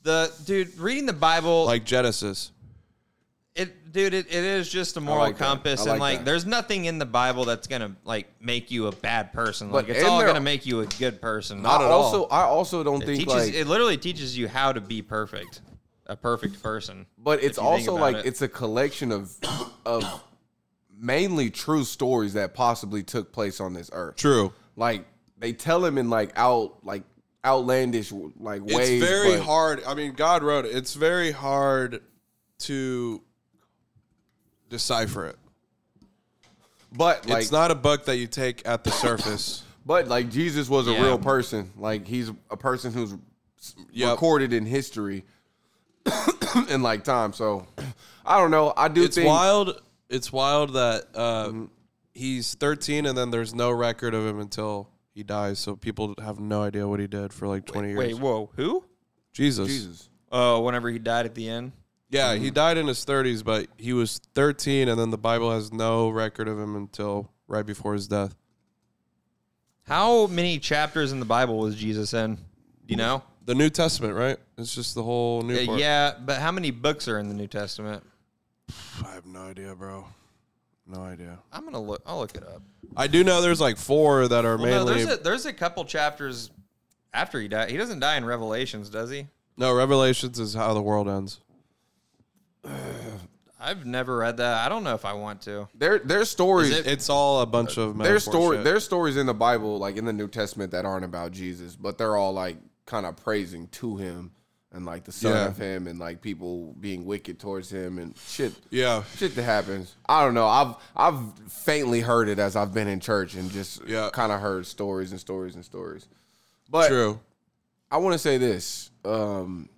[SPEAKER 3] the dude reading the Bible, like
[SPEAKER 2] like genesis
[SPEAKER 3] it, dude, it, it is just a moral
[SPEAKER 1] like that.
[SPEAKER 3] compass,
[SPEAKER 1] I
[SPEAKER 3] and
[SPEAKER 1] like
[SPEAKER 3] like
[SPEAKER 1] that.
[SPEAKER 3] there's nothing in the Bible that's gonna like make you a bad person.
[SPEAKER 1] But
[SPEAKER 3] Like it's
[SPEAKER 1] in
[SPEAKER 3] all
[SPEAKER 1] there-
[SPEAKER 3] gonna make you a good person.
[SPEAKER 1] I also, I also don't
[SPEAKER 3] It
[SPEAKER 1] think
[SPEAKER 3] teaches
[SPEAKER 1] like,
[SPEAKER 3] it literally teaches you how to be perfect, a perfect person.
[SPEAKER 1] but it's
[SPEAKER 3] if you think
[SPEAKER 1] also
[SPEAKER 3] about
[SPEAKER 1] like
[SPEAKER 3] it.
[SPEAKER 1] it's a collection of of mainly true stories that possibly took place on this earth.
[SPEAKER 2] true
[SPEAKER 1] Like they tell him in like out like outlandish like ways.
[SPEAKER 2] it's very
[SPEAKER 1] but-
[SPEAKER 2] hard i mean god wrote it it's very hard to decipher it
[SPEAKER 1] But like
[SPEAKER 2] it's not a book that you take at the surface
[SPEAKER 1] But like Jesus was a
[SPEAKER 3] Yeah.
[SPEAKER 1] real person. Like he's a person who's s-
[SPEAKER 2] Yep.
[SPEAKER 1] recorded in history in like time. So I don't know. I do
[SPEAKER 2] it's
[SPEAKER 1] think
[SPEAKER 2] wild it's wild that uh, he's 13 and then there's no record of him until he dies so people have no idea what he did for like 20
[SPEAKER 3] Wait,
[SPEAKER 2] years
[SPEAKER 3] whoa, who?
[SPEAKER 2] jesus,
[SPEAKER 1] Jesus.
[SPEAKER 3] Oh, whenever he died at the end.
[SPEAKER 2] yeah
[SPEAKER 3] Mm-hmm.
[SPEAKER 2] he died in his 30s but he was 13 and then the bible has no record of him until right before his death
[SPEAKER 3] How many chapters in the Bible was Jesus in? Do you know?
[SPEAKER 2] the new testament right it's just the whole new
[SPEAKER 3] Uh,
[SPEAKER 2] part.
[SPEAKER 3] yeah, but how many books are in the New Testament?
[SPEAKER 2] i have no idea bro no idea
[SPEAKER 3] I'm gonna look. I'll look it up.
[SPEAKER 2] i do know there's like four that are
[SPEAKER 3] Well, no,
[SPEAKER 2] mainly
[SPEAKER 3] there's
[SPEAKER 2] no,
[SPEAKER 3] a, there's a couple chapters after he died. He doesn't die in Revelations, does he?
[SPEAKER 2] revelations is how the world ends
[SPEAKER 3] I've never read that. I don't know if I want to.
[SPEAKER 1] There there's stories
[SPEAKER 3] Is it- Uh,
[SPEAKER 2] it's all a bunch of
[SPEAKER 1] there's
[SPEAKER 2] metaphor
[SPEAKER 1] story
[SPEAKER 2] shit.
[SPEAKER 1] there's stories in the Bible, like in the New Testament that aren't about Jesus, but they're all like kind of praising to him and like the son
[SPEAKER 2] Yeah.
[SPEAKER 1] of him and like people being wicked towards him and shit.
[SPEAKER 2] yeah
[SPEAKER 1] Shit that happens. I don't know. I've I've faintly heard it as I've been in church and just
[SPEAKER 2] Yeah.
[SPEAKER 1] kind of heard stories and stories and stories. But
[SPEAKER 2] true
[SPEAKER 1] I want to say this. Um,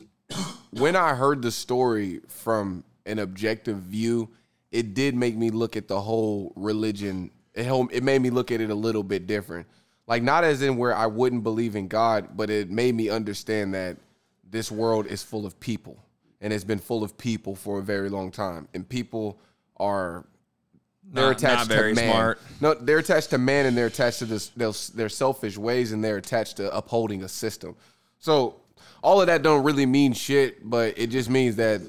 [SPEAKER 1] when I heard the story from an objective view, it did make me look at the whole religion. It helped, it made me look at it a little bit different. Like not as in where I wouldn't believe in God, but it made me understand that this world is full of people and it's been full of people for a very long time. And people are they're
[SPEAKER 3] Not-
[SPEAKER 1] attached
[SPEAKER 3] not very
[SPEAKER 1] to man.
[SPEAKER 3] smart.
[SPEAKER 1] No, they're attached to man, and they're attached to this their, their selfish ways, and they're attached to upholding a system. So all of that don't really mean shit, but it just means that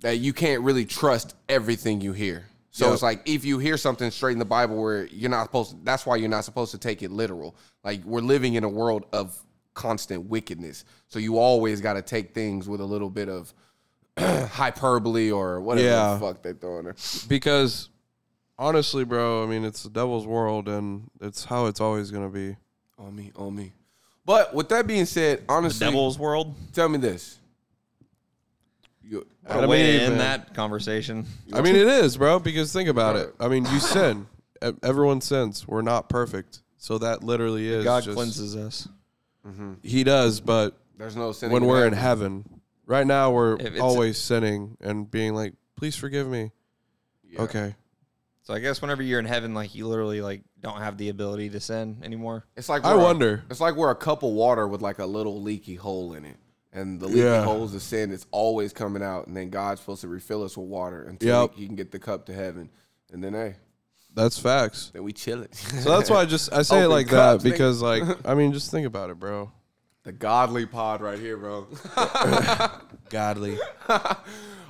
[SPEAKER 1] that you can't really trust everything you hear. So
[SPEAKER 2] Yep.
[SPEAKER 1] it's like if you hear something straight in the Bible where you're not supposed to, that's why you're not supposed to take it literal. Like we're living in a world of constant wickedness. So you always got to take things with a little bit of hyperbole or whatever
[SPEAKER 2] Yeah.
[SPEAKER 1] the fuck they throw in there.
[SPEAKER 2] because honestly, bro, I mean, it's the devil's world, and it's how it's always gonna be.
[SPEAKER 1] On me, on me. But with that being said, honestly,
[SPEAKER 3] Devil's World.
[SPEAKER 1] tell me this. You,
[SPEAKER 3] What a
[SPEAKER 2] Adam
[SPEAKER 3] way
[SPEAKER 2] and
[SPEAKER 3] to
[SPEAKER 2] Eve,
[SPEAKER 3] end
[SPEAKER 2] man.
[SPEAKER 3] that conversation.
[SPEAKER 2] I mean, it is, bro. Because think about it. I mean, you sin. E- Everyone sins. We're not perfect, so that literally is
[SPEAKER 3] God
[SPEAKER 2] just-
[SPEAKER 3] cleanses us.
[SPEAKER 2] He does, but
[SPEAKER 1] there's no sin
[SPEAKER 2] when we're in heaven, right now we're
[SPEAKER 3] If it's-
[SPEAKER 2] always sinning and being like, "Please forgive me." Okay.
[SPEAKER 3] So I guess whenever you're in heaven, like you literally like don't have the ability to sin anymore.
[SPEAKER 1] It's like
[SPEAKER 2] I
[SPEAKER 1] we're a-
[SPEAKER 2] wonder.
[SPEAKER 1] it's like we're a cup of water with like a little leaky hole in it, and the leaky
[SPEAKER 2] Yeah.
[SPEAKER 1] holes of sin is always coming out, and then God's supposed to refill us with water until
[SPEAKER 2] Yep.
[SPEAKER 1] he can get the cup to heaven, and then hey,
[SPEAKER 2] That's facts.
[SPEAKER 1] then we chill it.
[SPEAKER 2] So that's why I just I say it
[SPEAKER 1] Open
[SPEAKER 2] like
[SPEAKER 1] cups,
[SPEAKER 2] that because like I mean just think about it, bro.
[SPEAKER 1] the godly pod right here, bro.
[SPEAKER 2] Godly.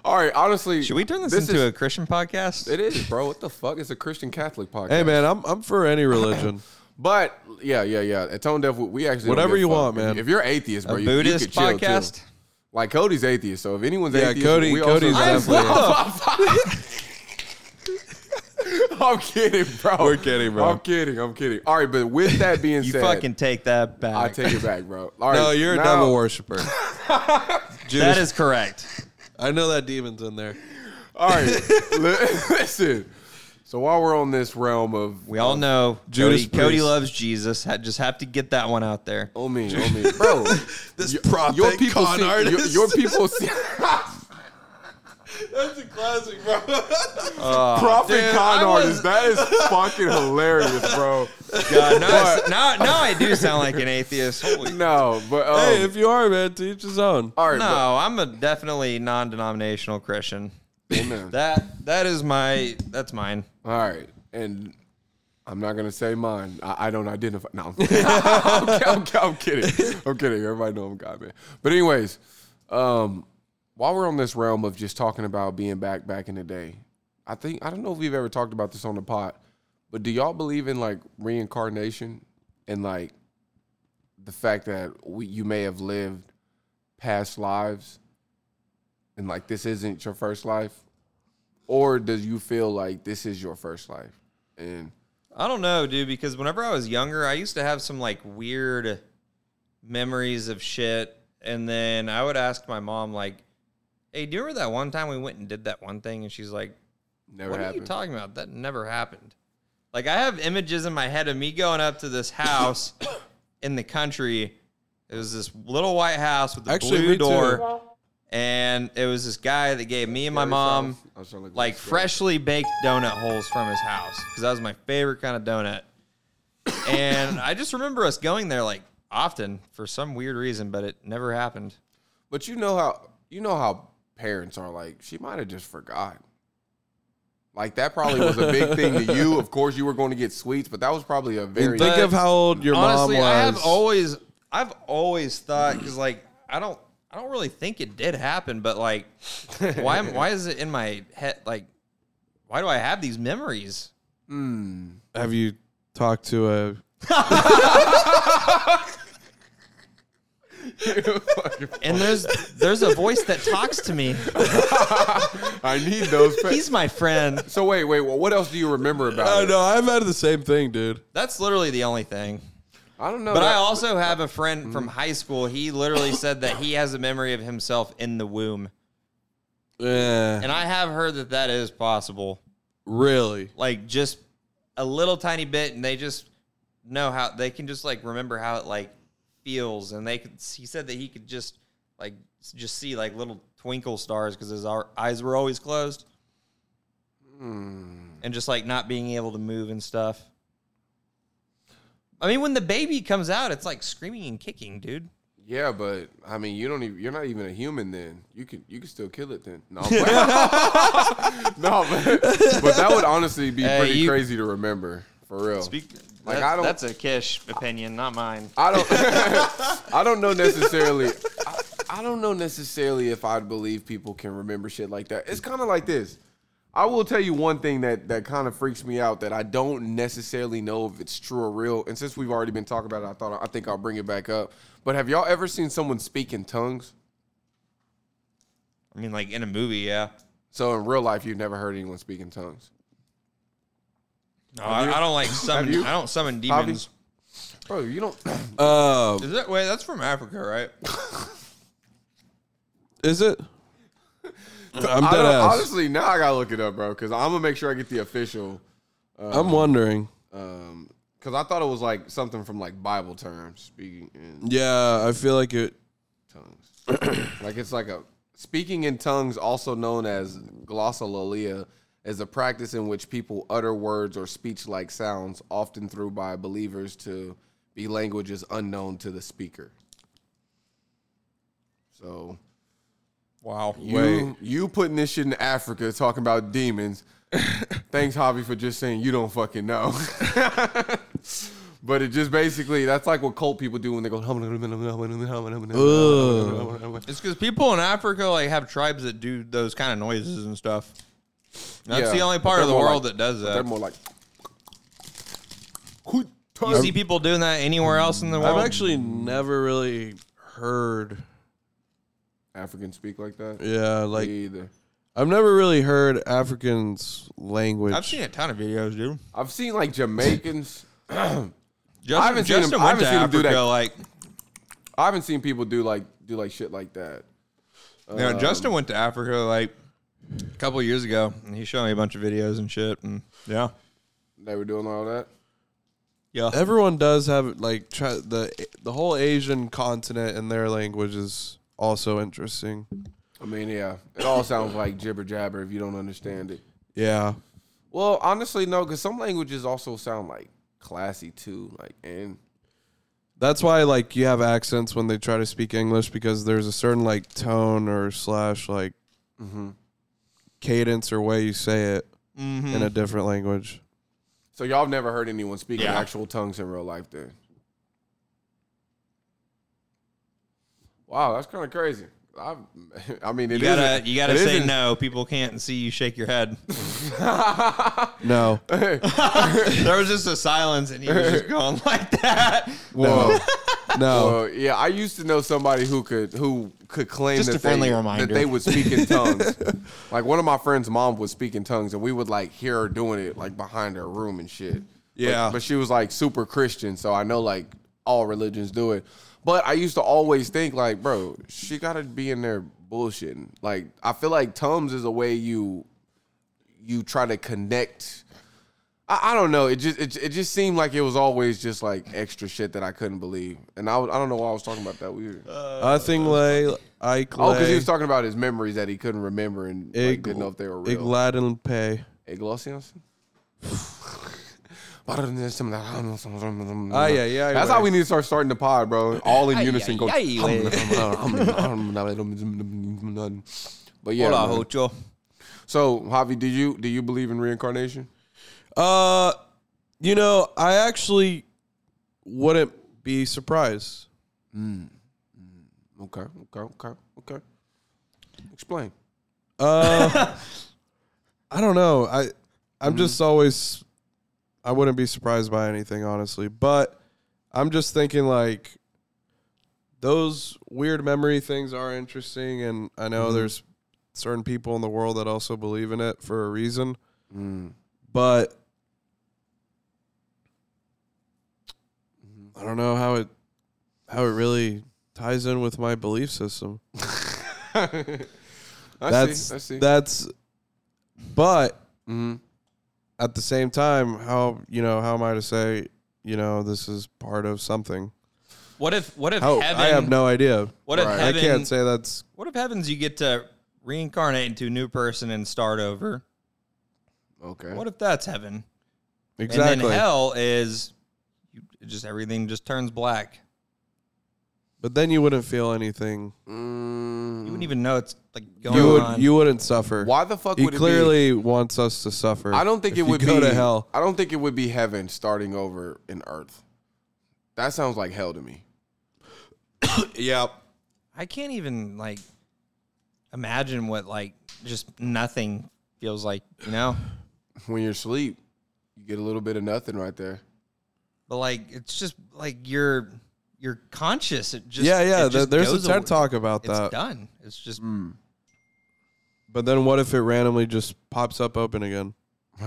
[SPEAKER 1] All right, honestly,
[SPEAKER 3] Should we turn this, into a Christian podcast?
[SPEAKER 1] It is, bro. What the fuck? It's a Christian Catholic podcast.
[SPEAKER 2] Hey man, I'm I'm for any religion.
[SPEAKER 1] But yeah, yeah, yeah. At Tone Deaf, we- we actually don't
[SPEAKER 2] Whatever
[SPEAKER 1] give a
[SPEAKER 2] you
[SPEAKER 1] fuck.
[SPEAKER 2] want,
[SPEAKER 1] If-
[SPEAKER 2] man.
[SPEAKER 1] If you're atheist, bro,
[SPEAKER 3] a
[SPEAKER 1] you,
[SPEAKER 3] Buddhist
[SPEAKER 1] you could chill, too.
[SPEAKER 3] podcast?
[SPEAKER 1] Like Cody's atheist, so if anyone's
[SPEAKER 2] Yeah,
[SPEAKER 1] atheist,
[SPEAKER 2] Cody-
[SPEAKER 1] we
[SPEAKER 2] Cody's
[SPEAKER 1] also
[SPEAKER 2] definitely-
[SPEAKER 1] I'm kidding, bro.
[SPEAKER 2] We're kidding, bro.
[SPEAKER 1] I'm kidding. I'm kidding. All right, but with that being
[SPEAKER 3] You
[SPEAKER 1] said,
[SPEAKER 3] fucking take that back.
[SPEAKER 1] I take it back, bro. All right,
[SPEAKER 2] No, Oh, you're
[SPEAKER 1] now-
[SPEAKER 2] a devil worshiper. Judas,
[SPEAKER 3] that is correct.
[SPEAKER 2] I know that demon's in there.
[SPEAKER 1] All right, li- listen. So while we're on this realm of
[SPEAKER 3] We all know
[SPEAKER 2] Judas
[SPEAKER 3] Judas Cody, Cody
[SPEAKER 2] Priest.
[SPEAKER 3] loves Jesus. I just have to get that one out there.
[SPEAKER 1] Oh me, oh me, bro.
[SPEAKER 2] This
[SPEAKER 1] Your-
[SPEAKER 2] prophet
[SPEAKER 1] your people
[SPEAKER 2] con
[SPEAKER 1] see, your-
[SPEAKER 2] artist.
[SPEAKER 1] Your, people see.
[SPEAKER 2] That's a classic, bro.
[SPEAKER 1] prophet
[SPEAKER 3] dude,
[SPEAKER 1] con
[SPEAKER 3] I
[SPEAKER 1] artist.
[SPEAKER 3] was-
[SPEAKER 1] That is fucking hilarious, bro.
[SPEAKER 3] God, now, I s- now, now I do sound like an atheist. Holy
[SPEAKER 1] No, but um,
[SPEAKER 2] hey, if you are, man, to each his own.
[SPEAKER 1] all right, bro.
[SPEAKER 3] no, I'm a definitely non-denominational Christian.
[SPEAKER 1] Amen.
[SPEAKER 3] That that is my that's mine.
[SPEAKER 1] All right, and I'm not gonna say mine. I, I don't identify. No, I'm, I'm- I'm kidding. I'm kidding. Everybody know I'm God, man. But anyways, um, while we're on this realm of just talking about being back back in the day, I think I don't know if we've ever talked about this on the pod, but do y'all believe in like reincarnation and like the fact that we, you may have lived past lives and like this isn't your first life or does you feel like this is your first life and
[SPEAKER 3] I don't know, dude, because whenever I was younger, I used to have some like weird memories of shit. And then I would ask my mom, like, hey, do you remember that one time we went and did that one thing? And she's like,
[SPEAKER 1] never
[SPEAKER 3] what are you
[SPEAKER 1] happened?
[SPEAKER 3] talking about? That never happened. Like, I have images in my head of me going up to this house in the country. It was this little white house with a
[SPEAKER 2] Actually, me
[SPEAKER 3] blue
[SPEAKER 2] too.
[SPEAKER 3] door. And it was this guy that gave me and my mom
[SPEAKER 1] I was trying to look
[SPEAKER 3] like
[SPEAKER 1] this up.
[SPEAKER 3] freshly baked donut holes from his house because that was my favorite kind of donut. And I just remember us going there like often for some weird reason, but it never happened.
[SPEAKER 1] But you know how you know how parents are like. She might have just forgot. Like that probably was a big thing to you. Of course, you were going to get sweets, but that was probably a very.
[SPEAKER 2] Think of how old your
[SPEAKER 3] Honestly,
[SPEAKER 2] mom was.
[SPEAKER 3] I have always I've always thought because like I don't I don't really think it did happen, but like why am- why is it in my head like why do I have these memories?
[SPEAKER 2] Have you talked to a?
[SPEAKER 3] And there's there's a voice that talks to me.
[SPEAKER 1] I need those. pa-
[SPEAKER 3] He's my friend.
[SPEAKER 1] so wait, wait. Well, what else do you remember about
[SPEAKER 2] Oh
[SPEAKER 1] it?
[SPEAKER 2] no, I've had the same thing, dude.
[SPEAKER 3] That's literally the only thing.
[SPEAKER 1] I don't know.
[SPEAKER 3] But I
[SPEAKER 1] that-
[SPEAKER 3] also have a friend from high school. He literally said that he has a memory of himself in the womb.
[SPEAKER 2] Yeah,
[SPEAKER 3] And I have heard that that is possible.
[SPEAKER 2] really.
[SPEAKER 3] Like just a little tiny bit and they just know how they can just like remember how it like feels and they could he said that he could just like s- just see like little twinkle stars cuz his ar- eyes were always closed.
[SPEAKER 1] Hmm.
[SPEAKER 3] And just like not being able to move and stuff. I mean, when the baby comes out, it's like screaming and kicking, dude.
[SPEAKER 1] yeah, but I mean, you don't even. You're not even a human then. You can you can still kill it then. No, I'm playing. no, but, but that would honestly be
[SPEAKER 3] Hey,
[SPEAKER 1] pretty
[SPEAKER 3] you-
[SPEAKER 1] crazy to remember for real.
[SPEAKER 3] Speak,
[SPEAKER 1] Like,
[SPEAKER 3] that-
[SPEAKER 1] I don't-
[SPEAKER 3] That's a Kish opinion, not mine.
[SPEAKER 1] I don't. I don't know necessarily. I, I don't know necessarily if I believe people can remember shit like that. It's kind of like this. I will tell you one thing that that kind of freaks me out that I don't necessarily know if it's true or real. And since we've already been talking about it, I thought I think I'll bring it back up. But have y'all ever seen someone speak in tongues?
[SPEAKER 3] I mean, like in a movie, yeah.
[SPEAKER 1] So in real life, you've never heard anyone speak in tongues.
[SPEAKER 3] No, I, I don't like summon.
[SPEAKER 1] you?
[SPEAKER 3] I don't
[SPEAKER 1] Javi?
[SPEAKER 3] summon demons.
[SPEAKER 1] Bro, you don't.
[SPEAKER 2] Um,
[SPEAKER 3] Is that wait? That's from Africa, right?
[SPEAKER 2] is it? I'm
[SPEAKER 1] I
[SPEAKER 2] dead
[SPEAKER 1] don't-
[SPEAKER 2] ass.
[SPEAKER 1] honestly, now I gotta look it up, bro, because I'm gonna make sure I get the official.
[SPEAKER 2] I'm wondering.
[SPEAKER 1] Um, because I thought it was like something from like Bible terms, speaking in
[SPEAKER 2] Yeah, I feel like it.
[SPEAKER 1] tongues. like it's like a speaking in tongues, also known as glossolalia, is a practice in which people utter words or speech-like sounds, often through by believers to be languages unknown to the speaker. So
[SPEAKER 3] Wow.
[SPEAKER 1] you you putting this shit in Africa, talking about demons. Thanks, Javi, for just saying you don't fucking know. but it just basically that's like what cult people do when they go.
[SPEAKER 3] It's because people in Africa like have tribes that do those kind of noises and stuff. That's
[SPEAKER 1] Yeah,
[SPEAKER 3] the only
[SPEAKER 1] but
[SPEAKER 3] part
[SPEAKER 1] they're
[SPEAKER 3] of the
[SPEAKER 1] more
[SPEAKER 3] world
[SPEAKER 1] like-
[SPEAKER 3] that does
[SPEAKER 1] They're
[SPEAKER 3] that.
[SPEAKER 1] more like.
[SPEAKER 3] you see people doing Um, that anywhere else in the world?
[SPEAKER 2] I've actually never really heard
[SPEAKER 1] Africans speak like that.
[SPEAKER 2] Yeah, like
[SPEAKER 1] Me either.
[SPEAKER 2] I've never really heard Africans language.
[SPEAKER 3] I've seen a ton of videos, dude.
[SPEAKER 1] I've seen like Jamaicans.
[SPEAKER 3] Justin,
[SPEAKER 1] haven't seen him-
[SPEAKER 3] Justin
[SPEAKER 1] I haven't
[SPEAKER 3] went to
[SPEAKER 1] seen him
[SPEAKER 3] Africa.
[SPEAKER 1] do that.
[SPEAKER 3] Like,
[SPEAKER 1] I haven't seen people do like do like shit like that.
[SPEAKER 3] you
[SPEAKER 1] Uh,
[SPEAKER 3] know, Justin went to Africa like a couple of years ago, and he showed me a bunch of videos and shit. And yeah,
[SPEAKER 1] They were doing all that.
[SPEAKER 3] yeah.
[SPEAKER 2] Everyone does have like try, the the whole Asian continent and their language is also interesting.
[SPEAKER 1] I mean, yeah, it all sounds like jibber jabber if you don't understand it.
[SPEAKER 2] Yeah,
[SPEAKER 1] Well, honestly, no, because some languages also sound like classy too. Like, and
[SPEAKER 2] that's why like you have accents when they try to speak English because there's a certain like tone or slash like
[SPEAKER 1] mm-hmm.
[SPEAKER 2] cadence or way you say it
[SPEAKER 3] Mm-hmm.
[SPEAKER 2] in a
[SPEAKER 1] Mm.
[SPEAKER 2] different language.
[SPEAKER 1] so y'all have never heard anyone speaking
[SPEAKER 3] Yeah.
[SPEAKER 1] actual tongues in real life, then. Wow, that's kind of crazy. I, I mean, it
[SPEAKER 3] You gotta,
[SPEAKER 1] isn't-
[SPEAKER 3] you gotta
[SPEAKER 1] it
[SPEAKER 3] say
[SPEAKER 1] isn't-
[SPEAKER 3] no. People can't see you shake your head.
[SPEAKER 2] No,
[SPEAKER 3] there was just a silence, and he was just going like that.
[SPEAKER 2] no, no.
[SPEAKER 1] Well, Oh, yeah, I used to know somebody who could who could claim
[SPEAKER 3] Just
[SPEAKER 1] that,
[SPEAKER 3] a friendly
[SPEAKER 1] they,
[SPEAKER 3] reminder.
[SPEAKER 1] that they would speak in tongues. like one of my friend's mom would speak in tongues, and we would like hear her doing it like behind her room and shit.
[SPEAKER 2] Yeah.
[SPEAKER 1] but, but she was like super Christian, so I know like all religions do it. But I used to always think like, bro, she gotta be in there bullshitting. Like I feel like tongues is a way you you try to connect. I, I don't know. It just it, it just seemed like it was always just like extra shit that I couldn't believe, and I, was- I don't know why I was talking about that weird.
[SPEAKER 2] Uh, I think lay I
[SPEAKER 1] oh, because he was talking about his memories that he couldn't remember and like, didn't know if they were real.
[SPEAKER 2] Igladin pay.
[SPEAKER 1] Iglesias. Ah
[SPEAKER 2] Ah, yeah, yeah,
[SPEAKER 1] That's
[SPEAKER 2] yeah.
[SPEAKER 1] how we need to start starting the pod, bro. All in unison. Go. but yeah.
[SPEAKER 3] Hola,
[SPEAKER 1] man.
[SPEAKER 3] Hocho.
[SPEAKER 1] So, Javi, do you do you believe in reincarnation?
[SPEAKER 2] Uh, you know, I actually wouldn't be surprised.
[SPEAKER 1] Okay, okay, okay, okay. Explain.
[SPEAKER 2] Uh, I don't know. I
[SPEAKER 1] Mm-hmm.
[SPEAKER 2] I'm just always I wouldn't be surprised by anything, honestly. But I'm just thinking like those weird memory things are interesting, and I know
[SPEAKER 1] Mm-hmm.
[SPEAKER 2] there's certain people in the world that also believe in it for a reason.
[SPEAKER 1] Mm.
[SPEAKER 2] But
[SPEAKER 1] Mm-hmm.
[SPEAKER 2] I don't know how it how it really ties in with my belief system
[SPEAKER 1] I
[SPEAKER 2] that's
[SPEAKER 1] see. I see.
[SPEAKER 2] that's but
[SPEAKER 1] Mhm.
[SPEAKER 2] at the same time how you know how am i to say you know this is part of something
[SPEAKER 3] What if, what if
[SPEAKER 2] how
[SPEAKER 3] heaven?
[SPEAKER 2] Oh, i have no idea
[SPEAKER 3] what if
[SPEAKER 1] Right.
[SPEAKER 2] i
[SPEAKER 3] heaven?
[SPEAKER 2] can't say that's
[SPEAKER 3] What if heavens? You get to reincarnate into a new person and start over.
[SPEAKER 1] okay.
[SPEAKER 3] What if that's heaven? And
[SPEAKER 2] exactly
[SPEAKER 3] then hell is you, just everything just turns black.
[SPEAKER 2] but then you wouldn't feel anything
[SPEAKER 1] Mm,
[SPEAKER 3] You wouldn't even know it's like going
[SPEAKER 2] you would
[SPEAKER 3] on.
[SPEAKER 2] you wouldn't suffer
[SPEAKER 1] why the fuck
[SPEAKER 2] he
[SPEAKER 1] would it be?
[SPEAKER 2] clearly wants us to suffer
[SPEAKER 1] I don't think
[SPEAKER 2] if
[SPEAKER 1] it
[SPEAKER 2] you
[SPEAKER 1] would
[SPEAKER 2] go
[SPEAKER 1] be
[SPEAKER 2] to hell
[SPEAKER 1] I don't think it would be heaven starting over in earth. That sounds like hell to me.
[SPEAKER 2] yeah
[SPEAKER 3] I can't even like imagine what like just nothing feels like, you know?
[SPEAKER 1] When you're asleep, you get a little bit of nothing right there.
[SPEAKER 3] But like it's just like you're you're conscious. It just
[SPEAKER 2] yeah yeah th-
[SPEAKER 3] it just
[SPEAKER 2] there's
[SPEAKER 3] goes
[SPEAKER 2] a ted
[SPEAKER 3] away.
[SPEAKER 2] talk about Mm.
[SPEAKER 3] It's
[SPEAKER 2] that
[SPEAKER 3] done. It's just
[SPEAKER 2] but then what if it randomly just pops up open again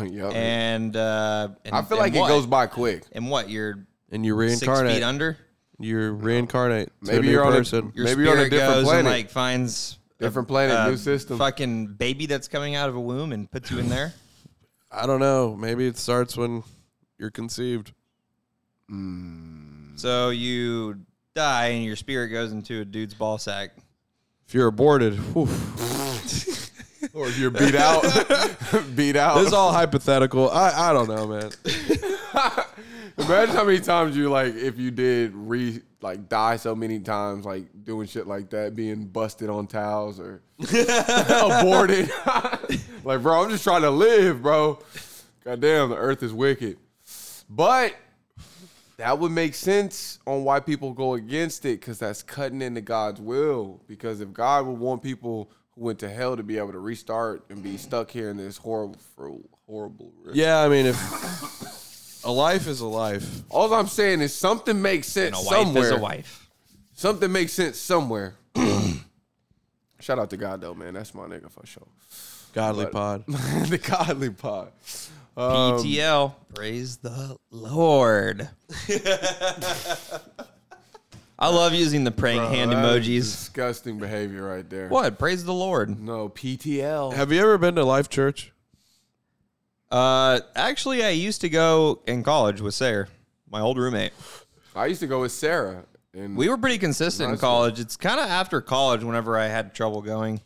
[SPEAKER 1] Yup.
[SPEAKER 3] and uh and,
[SPEAKER 1] I feel
[SPEAKER 3] and
[SPEAKER 1] like
[SPEAKER 3] what?
[SPEAKER 1] it goes by quick.
[SPEAKER 3] and what you're
[SPEAKER 2] and you
[SPEAKER 3] six feet
[SPEAKER 2] reincarnate
[SPEAKER 3] under.
[SPEAKER 2] you reincarnate to a
[SPEAKER 1] Maybe
[SPEAKER 2] new
[SPEAKER 1] you're on a-
[SPEAKER 2] person
[SPEAKER 3] Your
[SPEAKER 1] Maybe you're on a
[SPEAKER 3] spirit
[SPEAKER 1] different
[SPEAKER 3] goes
[SPEAKER 1] planet.
[SPEAKER 3] and like finds a,
[SPEAKER 1] Different planet, new system.
[SPEAKER 3] Fucking baby that's coming out of a womb and puts you in there.
[SPEAKER 2] I don't know. Maybe it starts when you're conceived.
[SPEAKER 3] So you die and your spirit goes into a dude's ball sack.
[SPEAKER 2] If you're aborted, whew.
[SPEAKER 1] Or if you're beat out. beat out.
[SPEAKER 2] this is all hypothetical. I, I don't know, man.
[SPEAKER 1] Imagine how many times you like if you did re like die so many times like doing shit like that, being busted on towels or aborted. like, bro, I'm just trying to live, bro. Goddamn, the earth is wicked. But that would make sense on why people go against it, because that's cutting into God's will. Because if God would want people who went to hell to be able to restart and be stuck here in this horrible, horrible.
[SPEAKER 2] Yeah, I mean, if a life is a life,
[SPEAKER 1] All I'm saying is something makes sense
[SPEAKER 3] And a wife
[SPEAKER 1] somewhere.
[SPEAKER 3] is a wife.
[SPEAKER 1] Something makes sense somewhere. Shout out to God though, man. That's my nigga for sure.
[SPEAKER 2] Godly pod.
[SPEAKER 1] the godly pod.
[SPEAKER 3] PTL.
[SPEAKER 1] Um,
[SPEAKER 3] Praise the Lord. I love using the praying hand
[SPEAKER 1] That is
[SPEAKER 3] emojis.
[SPEAKER 1] Disgusting behavior right there.
[SPEAKER 3] What? Praise the Lord.
[SPEAKER 1] No PTL.
[SPEAKER 2] Have you ever been to Life Church?
[SPEAKER 3] Uh, actually, I used to go in college with Sayer, my old roommate.
[SPEAKER 1] I used to go with Sarah, and
[SPEAKER 3] We were pretty consistent in
[SPEAKER 1] Nice one.
[SPEAKER 3] college. It's kind of after college whenever I had trouble going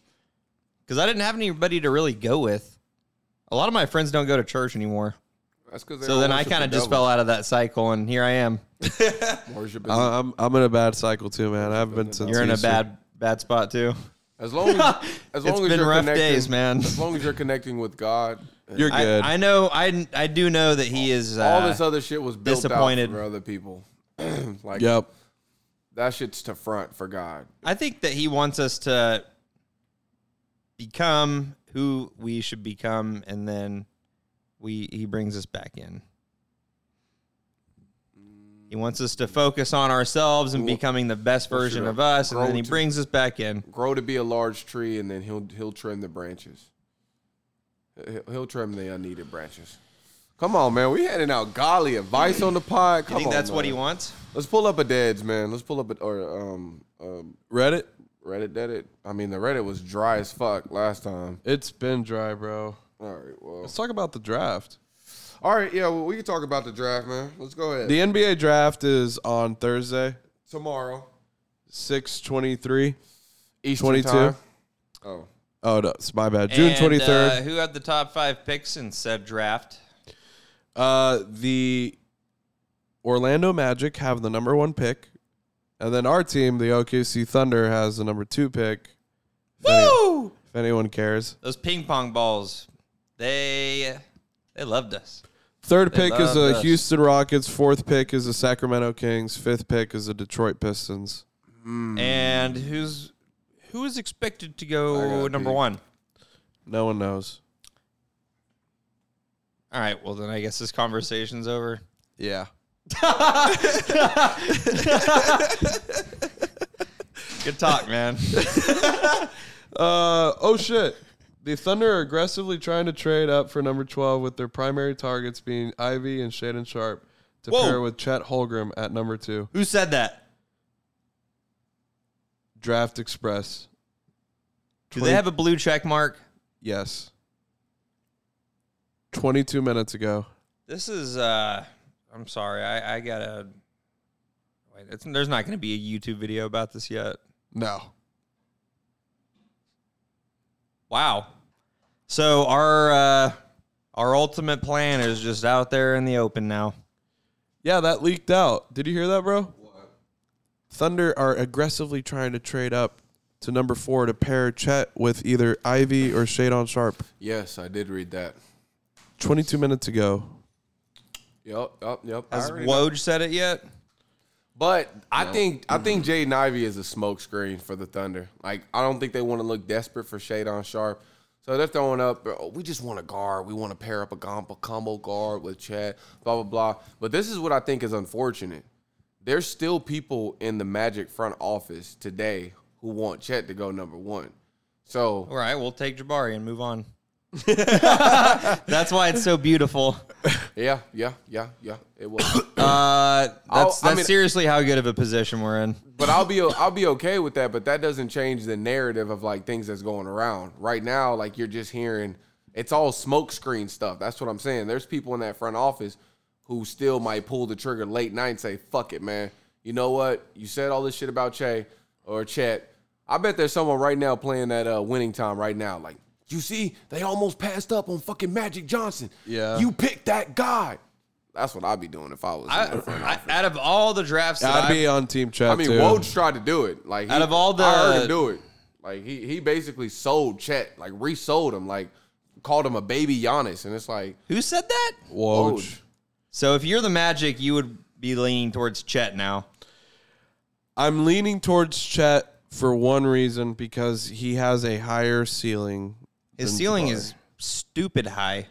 [SPEAKER 3] because I didn't have anybody to really go with. A lot of my friends don't go to church anymore.
[SPEAKER 1] that's because
[SPEAKER 3] So then I kind of just fell out of that cycle, and here I am.
[SPEAKER 1] Worshiping.
[SPEAKER 3] uh,
[SPEAKER 2] I- I'm I'm in a bad cycle too, man. I haven't been since
[SPEAKER 3] You're in a
[SPEAKER 2] Easter.
[SPEAKER 3] bad bad spot too.
[SPEAKER 1] as long as, as long
[SPEAKER 3] It's
[SPEAKER 1] as
[SPEAKER 3] been
[SPEAKER 1] you're
[SPEAKER 3] rough
[SPEAKER 1] connecting,
[SPEAKER 3] days, man.
[SPEAKER 1] As long as you're connecting with God,
[SPEAKER 2] You're good.
[SPEAKER 3] I, I know. I I do know that he is. Uh,
[SPEAKER 1] all this other shit was built
[SPEAKER 3] disappointed.
[SPEAKER 1] out for other people. like
[SPEAKER 2] yep.
[SPEAKER 1] that shit's to front for God.
[SPEAKER 3] I think that he wants us to become who we should become, and then we he brings us back in. He wants us to focus on ourselves and becoming the best version
[SPEAKER 1] should
[SPEAKER 3] of us, and
[SPEAKER 1] grow
[SPEAKER 3] then he
[SPEAKER 1] to-
[SPEAKER 3] brings us back in.
[SPEAKER 1] Grow to be a large tree, and then he'll he'll trim the branches. He'll- He'll trim the unneeded branches. Come on, man. We handing out golly advice on the pod.
[SPEAKER 3] You
[SPEAKER 1] Come
[SPEAKER 3] think
[SPEAKER 1] on,
[SPEAKER 3] that's what he
[SPEAKER 1] man.
[SPEAKER 3] wants?
[SPEAKER 1] Let's pull up a dads, man. Let's pull up a or um um
[SPEAKER 2] Reddit.
[SPEAKER 1] Reddit that it. I mean, the Reddit was dry as fuck last time.
[SPEAKER 2] It's been dry, bro.
[SPEAKER 1] All right, well,
[SPEAKER 2] Let's talk about the draft.
[SPEAKER 1] all right, yeah. Well, we can talk about the draft, man. Let's go ahead.
[SPEAKER 2] The NBA draft is on Thursday,
[SPEAKER 1] Tomorrow,
[SPEAKER 2] six twenty three.
[SPEAKER 1] Eastern
[SPEAKER 2] 22?
[SPEAKER 1] time. Oh,
[SPEAKER 2] Oh no, it's my bad. June
[SPEAKER 3] And,
[SPEAKER 2] twenty
[SPEAKER 3] Uh,
[SPEAKER 2] third.
[SPEAKER 3] who had the top five picks in said draft?
[SPEAKER 2] Uh, the Orlando Magic have the number one pick, and then our team, the OKC Thunder, has the number two pick. If, any-
[SPEAKER 3] Woo!
[SPEAKER 2] if anyone cares,
[SPEAKER 3] Those ping pong balls, they they loved us.
[SPEAKER 2] third
[SPEAKER 3] They
[SPEAKER 2] pick is the
[SPEAKER 3] love us.
[SPEAKER 2] Houston Rockets. Fourth pick is the Sacramento Kings. Fifth pick is the Detroit Pistons.
[SPEAKER 1] Hmm.
[SPEAKER 3] And who's who is expected to go
[SPEAKER 1] gotta
[SPEAKER 3] number
[SPEAKER 1] pee.
[SPEAKER 3] one?
[SPEAKER 2] No one knows.
[SPEAKER 3] All right. Well, then I guess this conversation's over.
[SPEAKER 2] Yeah.
[SPEAKER 3] Good talk, man.
[SPEAKER 2] Uh oh shit. The Thunder are aggressively trying to trade up for number 12 with their primary targets being Ivy and Shaden Sharp to
[SPEAKER 3] Whoa.
[SPEAKER 2] pair with Chet Holgram at number 2.
[SPEAKER 3] Who said that?
[SPEAKER 2] Draft Express.
[SPEAKER 3] Do they have a blue check mark?
[SPEAKER 2] Yes. 22 minutes ago.
[SPEAKER 3] This is. uh I'm sorry. I, I gotta. Wait, it's, there's not going to be a YouTube video about this yet.
[SPEAKER 2] No.
[SPEAKER 3] Wow. So our uh, our ultimate plan is just out there in the open now.
[SPEAKER 2] Yeah, that leaked out. Did you hear that, bro? Thunder are aggressively trying to trade up to number 4 to pair Chet with either Ivy or Shaden Sharp.
[SPEAKER 1] yes, I did read that.
[SPEAKER 2] 22 minutes ago.
[SPEAKER 1] Yep, yep, yep. I
[SPEAKER 3] Has
[SPEAKER 1] already know.
[SPEAKER 3] Woj said it yet?
[SPEAKER 1] But I think I think Jaden Ivey is a smokescreen for the Thunder. Like I don't think they want to look desperate for Shadon Sharp. So they're throwing up. "Oh, we just want a guard. We want to pair up a combo, combo guard with Chad. Blah blah blah. But this is what I think is unfortunate. There's still people in the Magic front office today who want Chet to go number one. So
[SPEAKER 3] All right, we'll take Jabari and move on. that's why it's so beautiful.
[SPEAKER 1] yeah, yeah, yeah, yeah. It was.
[SPEAKER 3] Uh, that's that's
[SPEAKER 1] I mean-
[SPEAKER 3] seriously how good of a position we're in.
[SPEAKER 1] But I'll be I'll be okay with that. But that doesn't change the narrative of like things that's going around right now. Like you're just hearing it's all smokescreen stuff. That's what I'm saying. There's people in that front office who still might pull the trigger late night and say, "Fuck it, man. You know what? You said all this shit about Che or Chet. I bet there's someone right now playing that uh, winning time right now. Like you see, they almost passed up on fucking Magic Johnson.
[SPEAKER 2] Yeah.
[SPEAKER 1] you picked that guy. That's what I'd be doing if I was. in
[SPEAKER 3] I,
[SPEAKER 1] that front
[SPEAKER 3] I, out of all the drafts, that
[SPEAKER 2] I'd
[SPEAKER 3] I've-
[SPEAKER 2] be on team Chet
[SPEAKER 1] I mean,
[SPEAKER 2] too.
[SPEAKER 1] Woj tried to do it. Like he-
[SPEAKER 3] Out of all the-
[SPEAKER 1] I heard him do it. Like he he basically sold Chet, like resold him, like called him a baby Giannis, and it's like
[SPEAKER 3] who said that?
[SPEAKER 2] Woj.
[SPEAKER 1] Woj.
[SPEAKER 3] So if you're the Magic, you would be leaning towards Chet now.
[SPEAKER 2] I'm leaning towards Chet for one reason because he has a higher ceiling.
[SPEAKER 3] His
[SPEAKER 2] than
[SPEAKER 3] ceiling
[SPEAKER 2] Jabari.
[SPEAKER 3] is stupid high.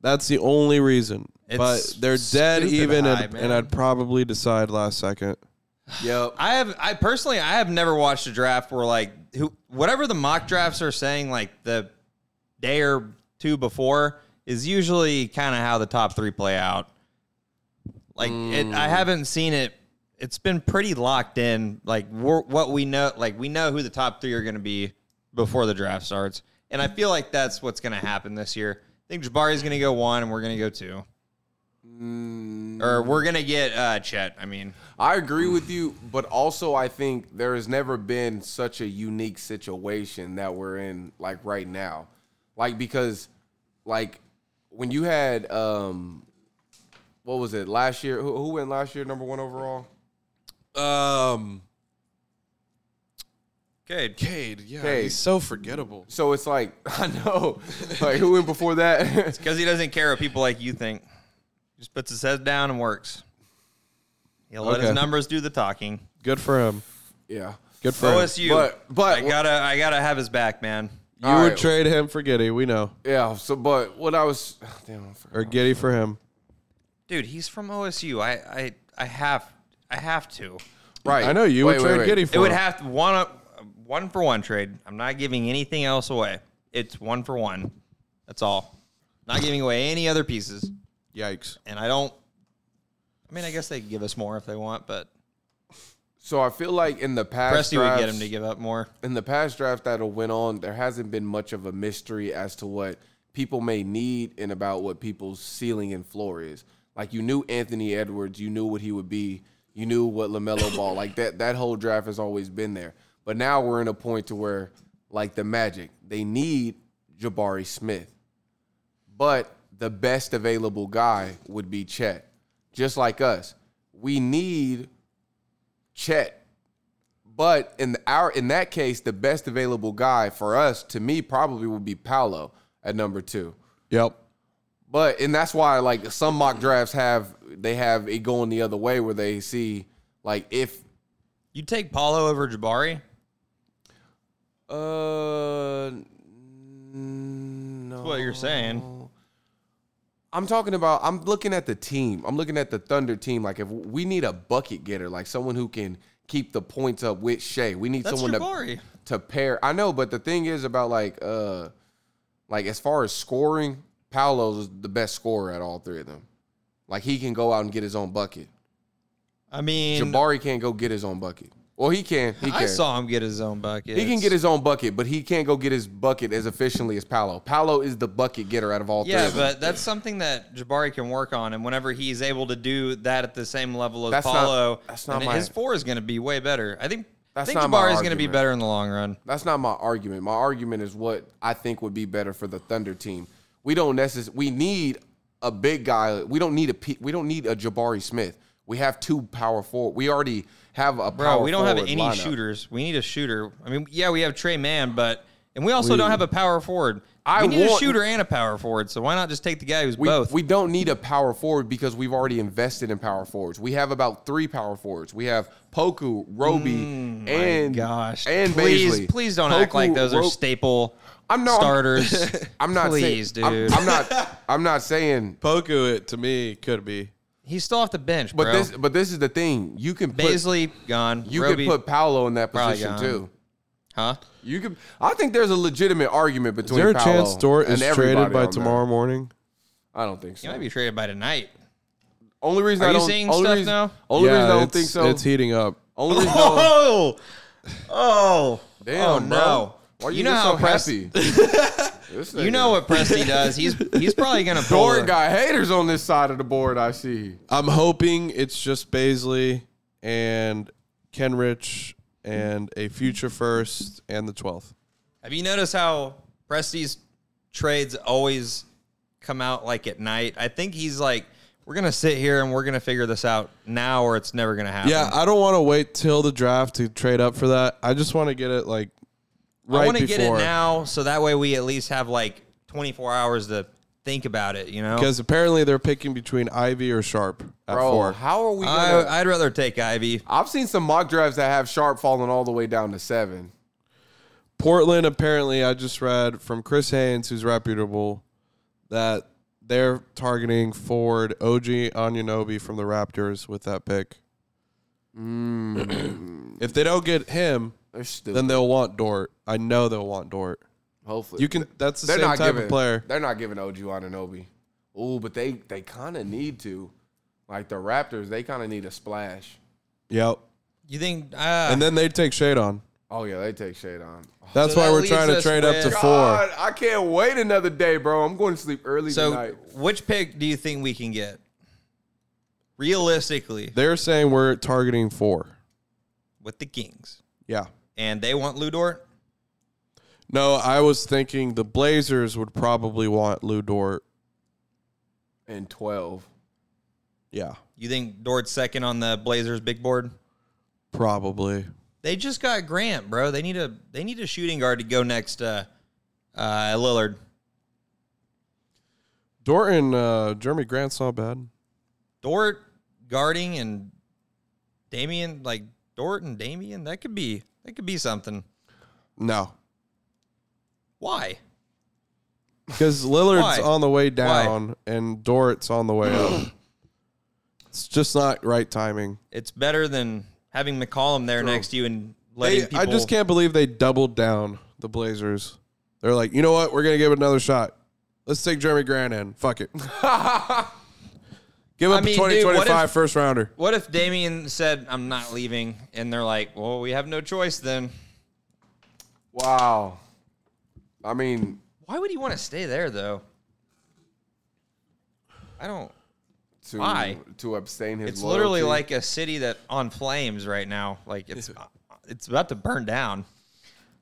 [SPEAKER 2] That's the only reason.
[SPEAKER 3] It's
[SPEAKER 2] but they're dead
[SPEAKER 3] stupid
[SPEAKER 2] even,
[SPEAKER 3] high,
[SPEAKER 2] and,
[SPEAKER 3] man.
[SPEAKER 2] and I'd probably decide last second.
[SPEAKER 1] yep.
[SPEAKER 3] I have I personally I have never watched a draft where like who whatever the mock drafts are saying, like the day or two before, is usually kind of how the top three play out. Like it, I haven't seen it. It's been pretty locked in. Like we're, what we know, like we know who the top three are going to be before the draft starts, and I feel like that's what's going to happen this year. I think Jabari's going to go one, and we're going to go two, or we're going to get uh, Chet. I mean,
[SPEAKER 1] I agree with you, but also I think there has never been such a unique situation that we're in like right now. Like because like when you had um what was it last year? Who, who went last year number 1 overall?
[SPEAKER 2] Um,
[SPEAKER 3] okay,
[SPEAKER 2] Cade, yeah,
[SPEAKER 1] Cade.
[SPEAKER 2] he's so forgettable.
[SPEAKER 1] So it's like I know like who went before that?
[SPEAKER 3] Because he doesn't care what people like you think. Just puts his head down and works. He'll let his
[SPEAKER 2] Okay.
[SPEAKER 3] numbers do the talking.
[SPEAKER 2] Good for him.
[SPEAKER 1] yeah.
[SPEAKER 2] Good for him.
[SPEAKER 3] OSU,
[SPEAKER 1] But- but-
[SPEAKER 3] I gotta, I gotta have his back, man.
[SPEAKER 2] You
[SPEAKER 1] All
[SPEAKER 2] would
[SPEAKER 1] right.
[SPEAKER 2] trade him for Giddy. We know,
[SPEAKER 1] Yeah, so but what I was damn I forgot.
[SPEAKER 2] or Giddy for him.
[SPEAKER 3] Dude, he's from OSU. I, I, I have, I have to.
[SPEAKER 1] Right.
[SPEAKER 2] I know you
[SPEAKER 1] Wait,
[SPEAKER 2] would
[SPEAKER 1] wait,
[SPEAKER 2] trade
[SPEAKER 1] wait.
[SPEAKER 2] Giddy for
[SPEAKER 3] It would
[SPEAKER 2] him.
[SPEAKER 3] have to one, one for one trade. I'm not giving anything else away. It's one for one. That's all. Not giving away any other pieces.
[SPEAKER 2] Yikes!
[SPEAKER 3] And I don't. I mean, I guess they could give us more if they want, but
[SPEAKER 1] So I feel like in the past
[SPEAKER 3] Presty would get him
[SPEAKER 1] drafts-
[SPEAKER 3] to give up more.
[SPEAKER 1] in the past draft that'll went on, there hasn't been much of a mystery as to what people may need and about what people's ceiling and floor is. Like you knew Anthony Edwards, you knew what he would be, you knew what Lamelo Ball. Like that that whole draft has always been there. But now we're in a point to where, like the Magic, they need Jabari Smith, but the best available guy would be Chet. Just like us, we need Chet but in the, our in that case, the best available guy for us, to me, probably would be Paolo at number two.
[SPEAKER 2] Yep.
[SPEAKER 1] But and that's why like some mock drafts have they have it going the other way where they see like if
[SPEAKER 3] You take Paulo over Jabari?
[SPEAKER 1] uh no
[SPEAKER 3] That's what you're saying.
[SPEAKER 1] I'm talking about. I'm looking at the team. I'm looking at the Thunder team. Like if we need a bucket getter, like someone who can keep the points up with Shea. We need
[SPEAKER 3] That's
[SPEAKER 1] someone
[SPEAKER 3] Jabari.
[SPEAKER 1] to to pair. I know, but the thing is about like uh like as far as scoring, Paolo's the best scorer at all three of them. Like he can go out and get his own bucket.
[SPEAKER 3] I mean,
[SPEAKER 1] Jabari can't go get his own bucket. Well, he can. He can.
[SPEAKER 3] I saw him get his own bucket.
[SPEAKER 1] He can get his own bucket, but he can't go get his bucket as efficiently as Paolo. Paolo is the bucket getter out of all three
[SPEAKER 3] Yeah,
[SPEAKER 1] of them.
[SPEAKER 3] but that's something that Jabari can work on, and whenever he's able to do that at the same level as
[SPEAKER 1] That's not-
[SPEAKER 3] Paulo,
[SPEAKER 1] that's not
[SPEAKER 3] then
[SPEAKER 1] my-
[SPEAKER 3] his four is going to be way better. I think. I
[SPEAKER 1] That's
[SPEAKER 3] think
[SPEAKER 1] not my
[SPEAKER 3] Jabari is going to be
[SPEAKER 1] argument.
[SPEAKER 3] better in the long run.
[SPEAKER 1] That's not my argument. My argument is what I think would be better for the Thunder team. We don't necess- we need a big guy. We don't need a P- we don't need a Jabari Smith. We have two power forward. We already have a
[SPEAKER 3] Bro,
[SPEAKER 1] power
[SPEAKER 3] we don't have
[SPEAKER 1] forward
[SPEAKER 3] any
[SPEAKER 1] lineup.
[SPEAKER 3] shooters. We need a shooter. I mean, yeah, we have Trey Mann, but and we also don't have a power forward.
[SPEAKER 1] I
[SPEAKER 3] we need
[SPEAKER 1] want-
[SPEAKER 3] a shooter and a power forward. So why not just take the guy who's
[SPEAKER 1] We,
[SPEAKER 3] both?
[SPEAKER 1] we don't need a power forward because we've already invested in power forwards. We have about three power forwards. We have Poku, Roby, and
[SPEAKER 3] Mm, Gosh,
[SPEAKER 1] and
[SPEAKER 3] please,
[SPEAKER 1] Bazley.
[SPEAKER 3] please don't act
[SPEAKER 1] Poku,
[SPEAKER 3] like those are
[SPEAKER 1] Ro-
[SPEAKER 3] staple
[SPEAKER 1] I'm not-
[SPEAKER 3] starters.
[SPEAKER 1] I'm not
[SPEAKER 3] please,
[SPEAKER 1] saying, I'm-
[SPEAKER 3] dude.
[SPEAKER 1] I'm not. I'm not saying.
[SPEAKER 2] Poku, it to me could be.
[SPEAKER 3] He's still off the bench,
[SPEAKER 1] But
[SPEAKER 3] bro.
[SPEAKER 1] this. But this is the thing. You can put.
[SPEAKER 3] Baisley gone.
[SPEAKER 1] You
[SPEAKER 3] Roby,
[SPEAKER 1] could put Paolo in that
[SPEAKER 3] Probably
[SPEAKER 1] position
[SPEAKER 3] gone.
[SPEAKER 1] too.
[SPEAKER 3] huh?
[SPEAKER 1] You could. I think there's a legitimate argument
[SPEAKER 2] Is
[SPEAKER 1] between.
[SPEAKER 2] there a
[SPEAKER 1] Paolo
[SPEAKER 2] chance Dort
[SPEAKER 1] and
[SPEAKER 2] is
[SPEAKER 1] everybody
[SPEAKER 2] traded by
[SPEAKER 1] on that.
[SPEAKER 2] tomorrow morning?
[SPEAKER 1] I don't think
[SPEAKER 3] He
[SPEAKER 1] so.
[SPEAKER 3] might be traded by tonight.
[SPEAKER 1] Only reason
[SPEAKER 3] Are
[SPEAKER 1] I
[SPEAKER 3] you
[SPEAKER 1] don't.
[SPEAKER 3] seeing
[SPEAKER 1] only
[SPEAKER 3] stuff
[SPEAKER 1] reason,
[SPEAKER 3] now?
[SPEAKER 1] Only reason I don't
[SPEAKER 2] it's-
[SPEAKER 1] think so.
[SPEAKER 2] It's heating up.
[SPEAKER 1] only reason. I don't-
[SPEAKER 3] Oh, oh,
[SPEAKER 1] Damn,
[SPEAKER 3] oh,
[SPEAKER 1] bro.
[SPEAKER 3] no!
[SPEAKER 1] Why you,
[SPEAKER 3] You know
[SPEAKER 1] just
[SPEAKER 3] how
[SPEAKER 1] so
[SPEAKER 3] press-
[SPEAKER 1] happy? This
[SPEAKER 3] You
[SPEAKER 1] nigga.
[SPEAKER 3] know what Presti does? He's he's probably gonna pull.
[SPEAKER 1] Dort
[SPEAKER 3] a-
[SPEAKER 1] got haters on this side of the board. I see.
[SPEAKER 2] I'm hoping it's just Baisley and Kenrich and a future first and the 12th.
[SPEAKER 3] Have you noticed how Presti's trades always come out like at night? I think he's like, we're gonna sit here and we're gonna figure this out now, or it's never gonna happen.
[SPEAKER 2] Yeah, I don't want to wait till the draft to trade up for that. I just want to get it like right
[SPEAKER 3] I want to
[SPEAKER 2] before.
[SPEAKER 3] get it now, so that way we at least have like 24 hours to think about it. You know,
[SPEAKER 2] Because apparently they're picking between Ivy or Sharp at
[SPEAKER 1] Bro,
[SPEAKER 2] four.
[SPEAKER 1] how are we? Gonna,
[SPEAKER 3] I, I'd rather take Ivy.
[SPEAKER 1] I've seen some mock drafts that have Sharp falling all the way down to seven.
[SPEAKER 2] Portland apparently I just read from Chris Haynes, who's reputable, that they're targeting forward OG Anunobi from the Raptors with that pick. if they don't get him,
[SPEAKER 1] They're stupid.
[SPEAKER 2] then they'll want Dort. I know they'll want Dort.
[SPEAKER 1] Hopefully,
[SPEAKER 2] You can. That's the
[SPEAKER 1] They're
[SPEAKER 2] same
[SPEAKER 1] not
[SPEAKER 2] type
[SPEAKER 1] giving
[SPEAKER 2] of player.
[SPEAKER 1] They're not giving OG Ananobi. Ooh, but they they kind of need to. Like the Raptors, they kind of need a splash.
[SPEAKER 2] Yep.
[SPEAKER 3] You think? Uh,
[SPEAKER 2] And then they take Shade on.
[SPEAKER 1] Oh yeah, they take shade on. Oh,
[SPEAKER 2] That's
[SPEAKER 3] So
[SPEAKER 2] why
[SPEAKER 3] that
[SPEAKER 2] we're
[SPEAKER 3] leaves
[SPEAKER 2] trying to
[SPEAKER 3] us
[SPEAKER 2] trade up to
[SPEAKER 3] with-
[SPEAKER 2] four.
[SPEAKER 1] God, I can't wait another day, bro. I'm going to sleep early
[SPEAKER 3] so,
[SPEAKER 1] tonight.
[SPEAKER 3] which pick do you think we can get? Realistically,
[SPEAKER 2] They're saying we're targeting four.
[SPEAKER 3] with the Kings,
[SPEAKER 2] Yeah.
[SPEAKER 3] and they want Lou Dort.
[SPEAKER 2] No, I was thinking the Blazers would probably want Lou Dort.
[SPEAKER 1] And twelve.
[SPEAKER 2] Yeah,
[SPEAKER 3] You think Dort's second on the Blazers big board?
[SPEAKER 2] probably.
[SPEAKER 3] They just got Grant, bro. They need a they need a shooting guard to go next uh, uh, Lillard.
[SPEAKER 2] Dort and uh, Jeremy Grant's not bad.
[SPEAKER 3] Dort guarding and Damian like Dort and Damian that could be that could be something.
[SPEAKER 2] No,
[SPEAKER 3] Why?
[SPEAKER 2] because Lillard's
[SPEAKER 3] Why?
[SPEAKER 2] on the way down and Dort's on the way up. It's just not right timing.
[SPEAKER 3] It's better than having McCollum there next to you and letting
[SPEAKER 2] They-
[SPEAKER 3] people.
[SPEAKER 2] I just can't believe they doubled down the Blazers. They're like, you know what? We're gonna give it another shot. Let's take Jeremy Grant in. Fuck it. give
[SPEAKER 3] I
[SPEAKER 2] him
[SPEAKER 3] mean, dude, what
[SPEAKER 2] twenty twenty five
[SPEAKER 3] if-
[SPEAKER 2] first rounder.
[SPEAKER 3] What if Damian said, "I'm not leaving," and they're like, "Well, we have no choice then."
[SPEAKER 1] Wow. I mean,
[SPEAKER 3] Why would he want to stay there though? I don't.
[SPEAKER 1] to
[SPEAKER 3] Why?
[SPEAKER 1] to abstain his.
[SPEAKER 3] It's literally
[SPEAKER 1] loyalty.
[SPEAKER 3] like a city that on flames right now. Like it's uh, it's about to burn down.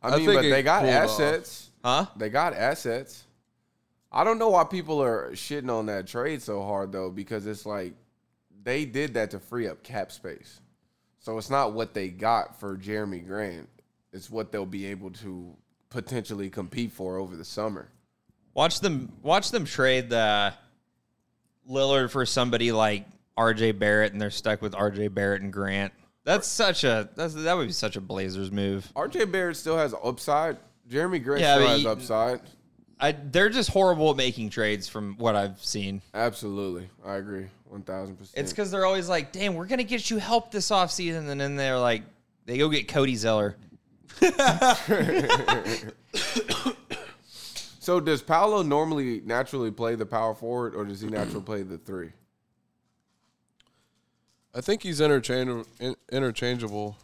[SPEAKER 1] I
[SPEAKER 2] I
[SPEAKER 1] mean,
[SPEAKER 2] think
[SPEAKER 1] but
[SPEAKER 2] it
[SPEAKER 1] they got
[SPEAKER 2] pulled off.
[SPEAKER 1] assets.
[SPEAKER 3] Huh?
[SPEAKER 1] They got assets. I don't know why people are shitting on that trade so hard though, because it's like they did that to free up cap space. So it's not what they got for Jeremy Grant; it's what they'll be able to potentially compete for over the summer.
[SPEAKER 3] Watch them watch them trade the Lillard for somebody like RJ Barrett and they're stuck with RJ Barrett and Grant. That's such a that's that would be such a Blazers move.
[SPEAKER 1] RJ Barrett still has upside. Jeremy Grant
[SPEAKER 3] Yeah,
[SPEAKER 1] still
[SPEAKER 3] but
[SPEAKER 1] has
[SPEAKER 3] he-
[SPEAKER 1] upside.
[SPEAKER 3] I they're just horrible at making trades from what I've seen.
[SPEAKER 1] Absolutely, I agree, one thousand percent.
[SPEAKER 3] It's cuz they're always like, "Damn, we're going to get you help this offseason." And then they're like they go get Cody Zeller.
[SPEAKER 1] So does Paolo normally naturally play the power forward, or does he naturally play the three?
[SPEAKER 2] I think he's interchangeable. In, interchangeable.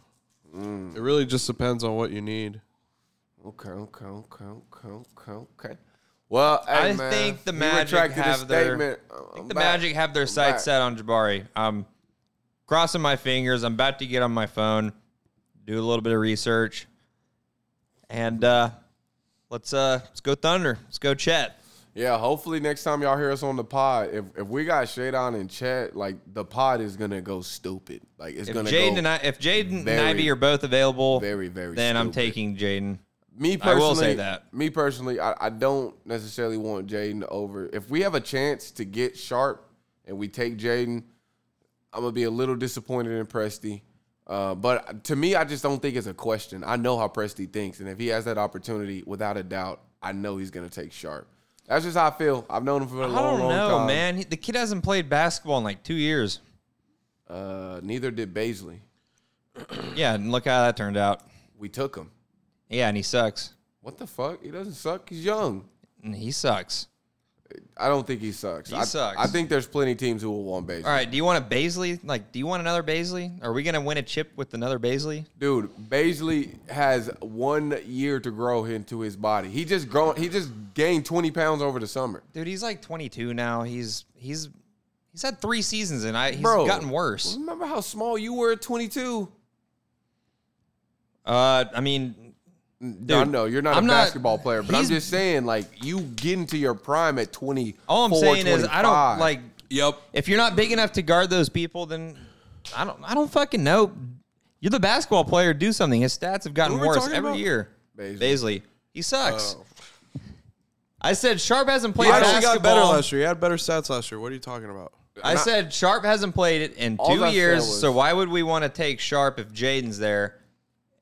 [SPEAKER 2] It really just depends on what you need.
[SPEAKER 1] Okay, okay, okay, okay, okay, okay. Well, hey,
[SPEAKER 3] I
[SPEAKER 1] man,
[SPEAKER 3] think the
[SPEAKER 1] he
[SPEAKER 3] Magic
[SPEAKER 1] retracted his
[SPEAKER 3] have their-
[SPEAKER 1] statement. uh,
[SPEAKER 3] I think the Magic have their sights
[SPEAKER 1] back.
[SPEAKER 3] set on Jabari. I'm crossing my fingers. I'm about to get on my phone, do a little bit of research, and uh, let's uh, let's go Thunder. Let's go Chet.
[SPEAKER 1] Yeah, hopefully next time y'all hear us on the pod, if if we got shade on in chat, like the pod is gonna go stupid. Like it's
[SPEAKER 3] If
[SPEAKER 1] gonna
[SPEAKER 3] Jaden
[SPEAKER 1] go
[SPEAKER 3] and I, if Jaden and
[SPEAKER 1] very,
[SPEAKER 3] Ivy are both available,
[SPEAKER 1] very, very.
[SPEAKER 3] then I'm
[SPEAKER 1] stupid.
[SPEAKER 3] taking Jaden.
[SPEAKER 1] Me
[SPEAKER 3] I
[SPEAKER 1] personally,
[SPEAKER 3] will say that.
[SPEAKER 1] Me personally, I, I don't necessarily want Jaden over. If we have a chance to get sharp and we take Jaden, I'm gonna be a little disappointed in Presty. Uh, but to me, I just don't think it's a question. I know how Presty thinks, and if he has that opportunity, without a doubt, I know he's gonna take sharp. That's just how I feel. I've known him for a
[SPEAKER 3] I
[SPEAKER 1] long,
[SPEAKER 3] don't
[SPEAKER 1] long
[SPEAKER 3] know,
[SPEAKER 1] time.
[SPEAKER 3] man. He- the kid hasn't played basketball in like two years.
[SPEAKER 1] Uh, neither did Baisley.
[SPEAKER 3] Yeah, and look how that turned out.
[SPEAKER 1] We took him.
[SPEAKER 3] Yeah, and he sucks.
[SPEAKER 1] What the fuck? He doesn't suck. He's young.
[SPEAKER 3] And he sucks.
[SPEAKER 1] I don't think he sucks.
[SPEAKER 3] He
[SPEAKER 1] I,
[SPEAKER 3] sucks.
[SPEAKER 1] I think there's plenty of teams who will want Baisley.
[SPEAKER 3] All right, do you want a Baisley? Like, do you want another Baisley? Are we gonna win a chip with another Baisley?
[SPEAKER 1] Dude, Baisley has one year to grow into his body. He just grown. He just gained twenty pounds over the summer.
[SPEAKER 3] Dude, he's like 22 now. He's he's he's had three seasons and I he's
[SPEAKER 1] Bro.
[SPEAKER 3] gotten worse.
[SPEAKER 1] Remember how small you were at twenty two?
[SPEAKER 3] Uh, I mean,
[SPEAKER 1] Dude, I know you're not
[SPEAKER 3] I'm
[SPEAKER 1] a
[SPEAKER 3] not-
[SPEAKER 1] basketball player, but I'm
[SPEAKER 3] he's-
[SPEAKER 1] just saying, like you get into your prime at twenty.
[SPEAKER 3] all I'm saying is I don't like
[SPEAKER 2] Yep.
[SPEAKER 3] if you're not big enough to guard those people, then I don't I don't fucking know. You're the basketball player. Do something. His stats have gotten
[SPEAKER 2] Who are we
[SPEAKER 3] worse
[SPEAKER 2] talking
[SPEAKER 3] every
[SPEAKER 2] about?
[SPEAKER 3] year.
[SPEAKER 1] Baisley.
[SPEAKER 3] Baisley, he sucks. I said Sharp hasn't played
[SPEAKER 2] He actually
[SPEAKER 3] basketball.
[SPEAKER 2] got better last year. He had better stats last year. What are you talking about?
[SPEAKER 3] I said Sharp hasn't played it in
[SPEAKER 1] All
[SPEAKER 3] two
[SPEAKER 1] I said
[SPEAKER 3] years,
[SPEAKER 1] was-
[SPEAKER 3] so why would we want to take Sharp if Jaden's there?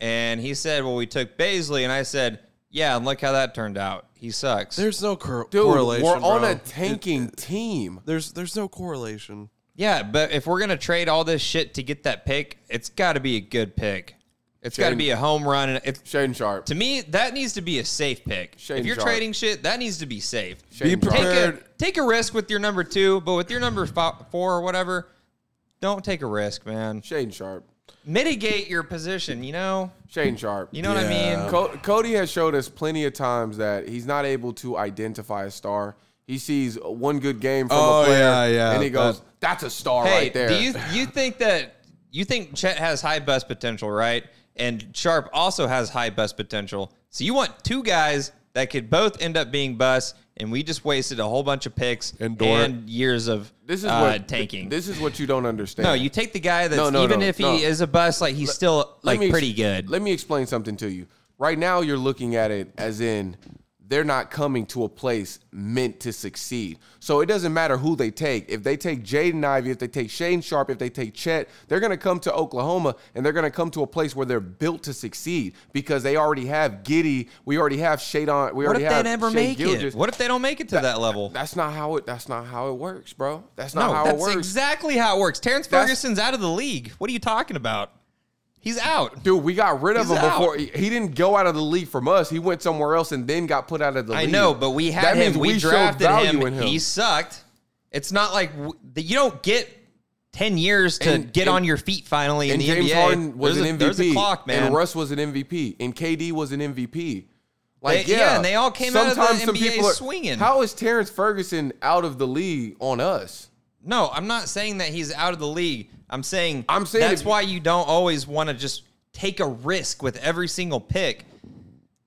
[SPEAKER 3] And he said, "Well, we took Baisley," and I said, "Yeah, and look how that turned out. He sucks."
[SPEAKER 2] There's no cor-
[SPEAKER 1] Dude,
[SPEAKER 2] correlation.
[SPEAKER 1] we're on
[SPEAKER 2] bro.
[SPEAKER 1] a tanking team.
[SPEAKER 2] There's there's no correlation.
[SPEAKER 3] yeah, but if we're gonna trade all this shit to get that pick, it's got to be a good pick. It's got to
[SPEAKER 1] Shane-
[SPEAKER 3] be a home run. And it's
[SPEAKER 1] Shane Sharp.
[SPEAKER 3] to me that needs to be a safe pick.
[SPEAKER 1] Shane
[SPEAKER 3] if you're
[SPEAKER 1] Sharp.
[SPEAKER 3] trading shit, that needs to be safe.
[SPEAKER 1] Shane
[SPEAKER 2] Be
[SPEAKER 1] Sharp.
[SPEAKER 3] Take a,
[SPEAKER 2] prepared.
[SPEAKER 3] take a risk with your number two, but with your number fo- four or whatever, don't take a risk, man.
[SPEAKER 1] Shane Sharp.
[SPEAKER 3] Mitigate your position. You know,
[SPEAKER 1] Shane Sharp.
[SPEAKER 3] you know what
[SPEAKER 2] Yeah.
[SPEAKER 3] I mean.
[SPEAKER 1] Co- Cody has showed us plenty of times that he's not able to identify a star. He sees one good game from
[SPEAKER 2] Oh,
[SPEAKER 1] a player,
[SPEAKER 2] yeah, yeah.
[SPEAKER 1] and he goes, "That's a star
[SPEAKER 3] Hey,
[SPEAKER 1] Oh, right there."
[SPEAKER 3] do you you think that you think Chet has high bust potential, right? And Sharp also has high bust potential. So you want two guys that could both end up being bust, and we just wasted a whole bunch of picks
[SPEAKER 2] And Dort.
[SPEAKER 3] and years of
[SPEAKER 1] this is
[SPEAKER 3] uh,
[SPEAKER 1] what
[SPEAKER 3] tanking.
[SPEAKER 1] This is what you don't understand.
[SPEAKER 3] no, you take the guy that's
[SPEAKER 1] No, no,
[SPEAKER 3] even
[SPEAKER 1] no,
[SPEAKER 3] if he
[SPEAKER 1] no.
[SPEAKER 3] is a bust, like he's still
[SPEAKER 1] Let
[SPEAKER 3] like
[SPEAKER 1] me ex-
[SPEAKER 3] pretty good.
[SPEAKER 1] Let me explain something to you. Right now, you're looking at it as in they're not coming to a place meant to succeed. So it doesn't matter who they take. If they take Jaden Ivey, if they take Shane Sharp, if they take Chet, they're going to come to Oklahoma and they're going to come to a place where they're built to succeed because they already have Giddy. We already have Shadon. We
[SPEAKER 3] what
[SPEAKER 1] already
[SPEAKER 3] if they
[SPEAKER 1] have
[SPEAKER 3] never
[SPEAKER 1] Shai
[SPEAKER 3] make
[SPEAKER 1] Gilgeous.
[SPEAKER 3] it? What if they don't make it to that, level?
[SPEAKER 1] That's not how it. That's not how it works, bro. That's not
[SPEAKER 3] no,
[SPEAKER 1] how
[SPEAKER 3] that's
[SPEAKER 1] it works.
[SPEAKER 3] exactly how it works. Terrence
[SPEAKER 1] That's-
[SPEAKER 3] Ferguson's out of the league. What are you talking about? He's out.
[SPEAKER 1] Dude, we got rid of him
[SPEAKER 3] He's out.
[SPEAKER 1] before. He he didn't go out of the league from us. He went somewhere else and then got put out of the
[SPEAKER 3] I
[SPEAKER 1] league.
[SPEAKER 3] know, but we had
[SPEAKER 1] That
[SPEAKER 3] him.
[SPEAKER 1] means
[SPEAKER 3] We,
[SPEAKER 1] showed
[SPEAKER 3] drafted him.
[SPEAKER 1] value in
[SPEAKER 3] He sucked. It's not like w- that you don't get ten years to
[SPEAKER 1] And-
[SPEAKER 3] get
[SPEAKER 1] and-
[SPEAKER 3] on your feet finally
[SPEAKER 1] and
[SPEAKER 3] in the
[SPEAKER 1] James
[SPEAKER 3] NBA.
[SPEAKER 1] Harden was
[SPEAKER 3] there's
[SPEAKER 1] an
[SPEAKER 3] a,
[SPEAKER 1] MVP.
[SPEAKER 3] There's a clock, man.
[SPEAKER 1] And Russ was an MVP. And KD was an MVP. Like
[SPEAKER 3] They-
[SPEAKER 1] yeah,
[SPEAKER 3] yeah, and they all came out of the NBA
[SPEAKER 1] people are-
[SPEAKER 3] swinging.
[SPEAKER 1] How is Terrence Ferguson out of the league on us?
[SPEAKER 3] no, I'm not saying that he's out of the league. I'm saying
[SPEAKER 1] I'm saying
[SPEAKER 3] that's
[SPEAKER 1] if-
[SPEAKER 3] why you don't always want to just take a risk with every single pick.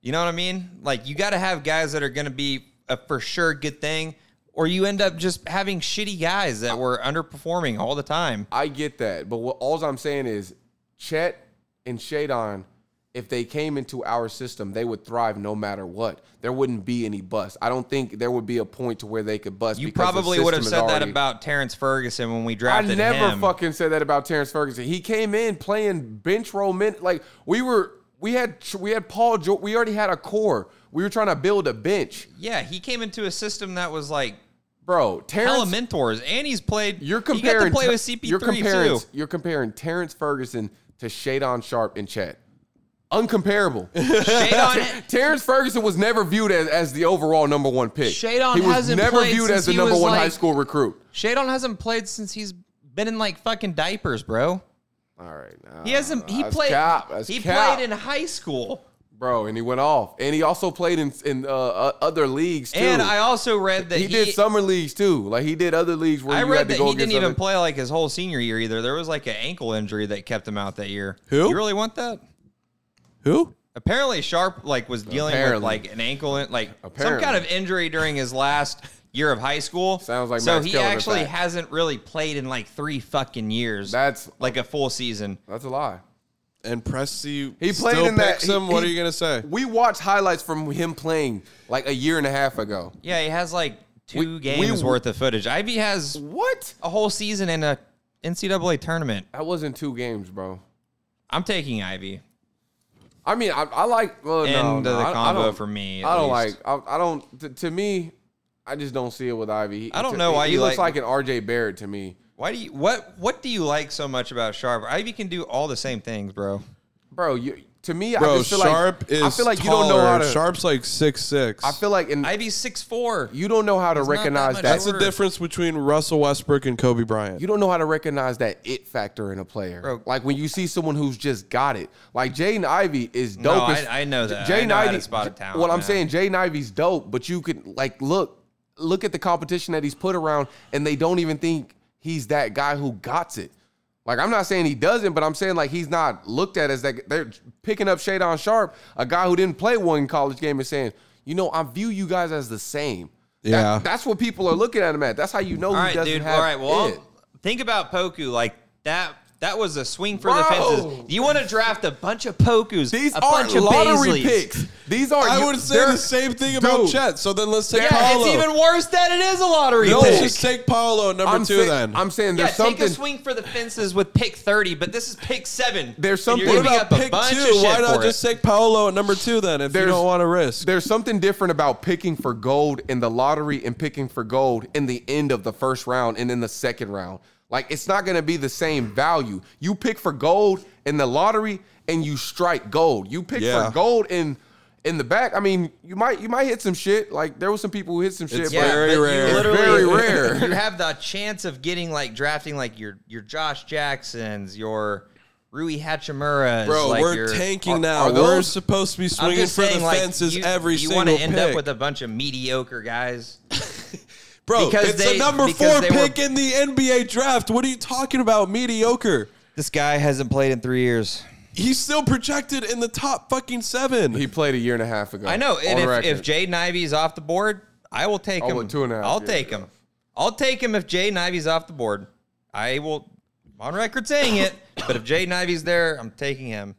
[SPEAKER 3] You know what I mean? Like you got to have guys that are going to be a for sure good thing, or you end up just having shitty guys that were underperforming all the time.
[SPEAKER 1] I get that, but what, all I'm saying is, Chet and Shadon, if they came into our system, they would thrive no matter what. There wouldn't be any bust. I don't think there would be a point to where they could bust.
[SPEAKER 3] You
[SPEAKER 1] because the
[SPEAKER 3] probably would have
[SPEAKER 1] system is
[SPEAKER 3] said that
[SPEAKER 1] already-
[SPEAKER 3] about Terrence Ferguson when we
[SPEAKER 1] I
[SPEAKER 3] drafted him.
[SPEAKER 1] never fucking said that about Terrence Ferguson. He came in playing bench role men. Like we were, we had, we had Paul. Jo- we already had a core. We were trying to build a bench,
[SPEAKER 3] Yeah, he came into a system that was like
[SPEAKER 1] bro. Terrence,
[SPEAKER 3] hella mentors, and he's played.
[SPEAKER 1] you're
[SPEAKER 3] He got to
[SPEAKER 1] comparing.
[SPEAKER 3] play with CP3
[SPEAKER 1] you're comparing.
[SPEAKER 3] too.
[SPEAKER 1] You're comparing Terrence Ferguson to Shadon Sharp and Chet. Uncomparable.
[SPEAKER 3] Shadon,
[SPEAKER 1] Terrence Ferguson was never viewed as, as the overall number one pick.
[SPEAKER 3] Shadon
[SPEAKER 1] he was
[SPEAKER 3] hasn't
[SPEAKER 1] never
[SPEAKER 3] played
[SPEAKER 1] viewed
[SPEAKER 3] since
[SPEAKER 1] as the
[SPEAKER 3] he
[SPEAKER 1] number
[SPEAKER 3] was,
[SPEAKER 1] one
[SPEAKER 3] like-
[SPEAKER 1] high school recruit.
[SPEAKER 3] Shadon hasn't played since he's been in like fucking diapers, bro.
[SPEAKER 1] All right, nah,
[SPEAKER 3] He hasn't. He
[SPEAKER 1] that's
[SPEAKER 3] played.
[SPEAKER 1] cap, that's
[SPEAKER 3] he
[SPEAKER 1] cap.
[SPEAKER 3] played in high school,
[SPEAKER 1] bro, and he went off, and he also played in in uh, uh, other leagues too.
[SPEAKER 3] and I also read that
[SPEAKER 1] he, did summer leagues too. Like he did other leagues where
[SPEAKER 3] I
[SPEAKER 1] you had
[SPEAKER 3] read
[SPEAKER 1] to
[SPEAKER 3] that
[SPEAKER 1] go
[SPEAKER 3] he didn't
[SPEAKER 1] against
[SPEAKER 3] even
[SPEAKER 1] other-
[SPEAKER 3] play like his whole senior year either. There was like an ankle injury that kept him out that year.
[SPEAKER 2] Who?
[SPEAKER 3] You really want that?
[SPEAKER 2] Who?
[SPEAKER 3] Apparently, Sharp like was dealing
[SPEAKER 1] Apparently.
[SPEAKER 3] with like an ankle, in- like some
[SPEAKER 1] Apparently.
[SPEAKER 3] kind of injury during his last year of high school.
[SPEAKER 1] Sounds like
[SPEAKER 3] so
[SPEAKER 1] Max
[SPEAKER 3] he
[SPEAKER 1] Kellerman
[SPEAKER 3] actually
[SPEAKER 1] fact.
[SPEAKER 3] hasn't really played in like three fucking years.
[SPEAKER 1] That's
[SPEAKER 3] like a full season.
[SPEAKER 1] that's a lie.
[SPEAKER 2] And Presti
[SPEAKER 1] He played
[SPEAKER 2] still
[SPEAKER 1] in that.
[SPEAKER 2] picks
[SPEAKER 1] he-
[SPEAKER 2] him. What
[SPEAKER 1] he-
[SPEAKER 2] are you gonna say?
[SPEAKER 1] We watched highlights from him playing like a year and a half ago.
[SPEAKER 3] Yeah, he has like two
[SPEAKER 1] We-
[SPEAKER 3] games
[SPEAKER 1] we-
[SPEAKER 3] worth of footage. Ivy has
[SPEAKER 1] What?
[SPEAKER 3] a whole season in a NCAA tournament.
[SPEAKER 1] That wasn't two games, bro.
[SPEAKER 3] I'm taking Ivy.
[SPEAKER 1] I mean, I, I like. Well,
[SPEAKER 3] End
[SPEAKER 1] no,
[SPEAKER 3] of
[SPEAKER 1] no,
[SPEAKER 3] the
[SPEAKER 1] I- I
[SPEAKER 3] combo
[SPEAKER 1] don't-
[SPEAKER 3] for me. at
[SPEAKER 1] I don't
[SPEAKER 3] least.
[SPEAKER 1] like. I, I don't. To, to me, I just don't see it with Ivy. He-
[SPEAKER 3] I don't
[SPEAKER 1] to-
[SPEAKER 3] know why
[SPEAKER 1] he
[SPEAKER 3] you
[SPEAKER 1] looks like,
[SPEAKER 3] like-
[SPEAKER 1] an RJ Barrett to me,
[SPEAKER 3] Why do you what What do you like so much about Sharp? Ivy can do all the same things, bro.
[SPEAKER 1] bro. You to me, I
[SPEAKER 2] Bro,
[SPEAKER 1] just feel
[SPEAKER 2] Sharp
[SPEAKER 1] like
[SPEAKER 2] is.
[SPEAKER 1] I feel like
[SPEAKER 2] taller.
[SPEAKER 1] you don't know how to.
[SPEAKER 2] Sharp's like six six.
[SPEAKER 1] I feel like and
[SPEAKER 3] Ivy's six four.
[SPEAKER 1] you don't know how to
[SPEAKER 3] not that
[SPEAKER 1] recognize
[SPEAKER 3] much
[SPEAKER 1] that.
[SPEAKER 2] that's the difference between Russell Westbrook and Kobe Bryant.
[SPEAKER 1] you don't know how to recognize that it factor in a player.
[SPEAKER 3] Bro.
[SPEAKER 1] Like when you see someone who's just got it. Like Jaden Ivy is dope.
[SPEAKER 3] No,
[SPEAKER 1] as-
[SPEAKER 3] I- I know that.
[SPEAKER 1] Jaden
[SPEAKER 3] I know how to
[SPEAKER 1] Ivey-
[SPEAKER 3] spot a talent,
[SPEAKER 1] Well, I'm
[SPEAKER 3] man.
[SPEAKER 1] saying Jaden Ivy's dope, but you could like look, look at the competition that he's put around, and they don't even think he's that guy who got it. Like I'm not saying he doesn't, but I'm saying like he's not looked at as that. They're picking up Shadon Sharp, a guy who didn't play one college game, and saying, you know, I view you guys as the same. That-
[SPEAKER 2] Yeah.
[SPEAKER 1] that's what people are looking at him at. That's how you know
[SPEAKER 3] All
[SPEAKER 1] he
[SPEAKER 3] right,
[SPEAKER 1] doesn't
[SPEAKER 3] dude.
[SPEAKER 1] have
[SPEAKER 3] All right. Well,
[SPEAKER 1] it.
[SPEAKER 3] think about Poku like that. That was a swing for the
[SPEAKER 1] Bro!
[SPEAKER 3] fences. You want to draft a bunch of Pokus,
[SPEAKER 1] These
[SPEAKER 3] a
[SPEAKER 1] aren't
[SPEAKER 3] bunch of
[SPEAKER 1] lottery
[SPEAKER 3] Baisleys.
[SPEAKER 1] picks. These are.
[SPEAKER 2] I
[SPEAKER 1] you-
[SPEAKER 2] would say
[SPEAKER 1] they're-
[SPEAKER 2] the same thing about
[SPEAKER 1] Dude.
[SPEAKER 2] Chet. So then let's take
[SPEAKER 3] Yeah,
[SPEAKER 2] Paolo.
[SPEAKER 3] it's even worse that it is a lottery
[SPEAKER 2] no, let's
[SPEAKER 3] pick.
[SPEAKER 2] just take Paolo number
[SPEAKER 1] I'm
[SPEAKER 2] two
[SPEAKER 1] saying-
[SPEAKER 2] then.
[SPEAKER 1] I'm saying
[SPEAKER 3] Yeah,
[SPEAKER 1] there's
[SPEAKER 3] take
[SPEAKER 1] something.
[SPEAKER 3] a swing for the fences with pick thirty, but this is pick seven.
[SPEAKER 1] There's
[SPEAKER 3] and
[SPEAKER 1] something-
[SPEAKER 3] You're giving
[SPEAKER 1] What
[SPEAKER 3] up a
[SPEAKER 2] pick
[SPEAKER 3] bunch
[SPEAKER 2] two.
[SPEAKER 3] of shit
[SPEAKER 2] Why not
[SPEAKER 3] for
[SPEAKER 2] just
[SPEAKER 3] it.
[SPEAKER 2] take Paolo at number two then if you
[SPEAKER 1] There's-
[SPEAKER 2] don't want to risk?
[SPEAKER 1] there's something different about picking for gold in the lottery and picking for gold in the end of the first round and in the second round. Like it's not going to be the same value. You pick for gold in the lottery and you strike gold. You pick
[SPEAKER 2] Yeah.
[SPEAKER 1] for gold in in the back. I mean, you might you might hit some shit. Like there was some people who hit some shit.
[SPEAKER 2] It's
[SPEAKER 1] but-
[SPEAKER 2] very
[SPEAKER 3] but you
[SPEAKER 2] rare. It's
[SPEAKER 1] very rare.
[SPEAKER 3] You have the chance of getting like drafting like your your Josh Jacksons, your Rui Hachimura's.
[SPEAKER 2] Bro,
[SPEAKER 3] like,
[SPEAKER 2] we're
[SPEAKER 3] your-
[SPEAKER 2] tanking
[SPEAKER 1] are-
[SPEAKER 2] now.
[SPEAKER 1] are
[SPEAKER 2] we're
[SPEAKER 1] those-
[SPEAKER 2] supposed to be
[SPEAKER 3] I'm
[SPEAKER 2] swinging
[SPEAKER 3] just
[SPEAKER 2] for
[SPEAKER 3] saying,
[SPEAKER 2] the
[SPEAKER 3] like,
[SPEAKER 2] fences
[SPEAKER 3] you,
[SPEAKER 2] every
[SPEAKER 3] you
[SPEAKER 2] single
[SPEAKER 3] want to end
[SPEAKER 2] pick.
[SPEAKER 3] up with a bunch of mediocre guys.
[SPEAKER 2] Bro,
[SPEAKER 3] because
[SPEAKER 2] it's
[SPEAKER 3] they-
[SPEAKER 2] the number
[SPEAKER 3] because
[SPEAKER 2] four
[SPEAKER 3] they were-
[SPEAKER 2] pick in the NBA draft. What are you talking about? Mediocre.
[SPEAKER 3] This guy hasn't played in three years.
[SPEAKER 2] He's still projected in the top fucking seven.
[SPEAKER 1] He played a year and a half ago.
[SPEAKER 3] I know.
[SPEAKER 1] on
[SPEAKER 3] And if,
[SPEAKER 1] record.
[SPEAKER 3] if Jaden Ivey's off the board, I will take
[SPEAKER 1] Oh,
[SPEAKER 3] him.
[SPEAKER 1] well, two and a half
[SPEAKER 3] I'll
[SPEAKER 1] years
[SPEAKER 3] take him. I'll take him if Jaden Ivey's off the board. I will, on record saying it, but if Jaden Ivey's there, I'm taking him.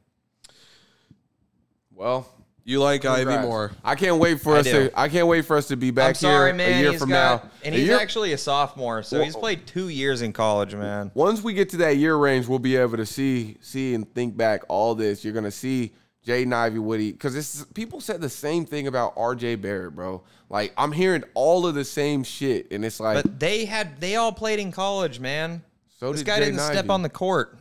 [SPEAKER 1] well,
[SPEAKER 2] you like Ivy
[SPEAKER 1] congrats.
[SPEAKER 2] more.
[SPEAKER 1] I can't wait for
[SPEAKER 3] I
[SPEAKER 1] us
[SPEAKER 3] do.
[SPEAKER 1] to. I can't wait for us to be back
[SPEAKER 3] I'm sorry,
[SPEAKER 1] here
[SPEAKER 3] man.
[SPEAKER 1] a year
[SPEAKER 3] He's
[SPEAKER 1] from
[SPEAKER 3] got-
[SPEAKER 1] now.
[SPEAKER 3] and
[SPEAKER 1] A
[SPEAKER 3] he's
[SPEAKER 1] year-
[SPEAKER 3] actually a sophomore, so he's played two years in college, man.
[SPEAKER 1] once we get to that year range, we'll be able to see see and think back all this. You're gonna see Jaden Ivey Woody because this people said the same thing about R.J. Barrett, bro. Like I'm hearing all of the same shit, and it's like
[SPEAKER 3] But they had they all played in college, man.
[SPEAKER 1] So
[SPEAKER 3] this
[SPEAKER 1] did
[SPEAKER 3] guy
[SPEAKER 1] Jaden
[SPEAKER 3] didn't step
[SPEAKER 1] Ivey.
[SPEAKER 3] on the court.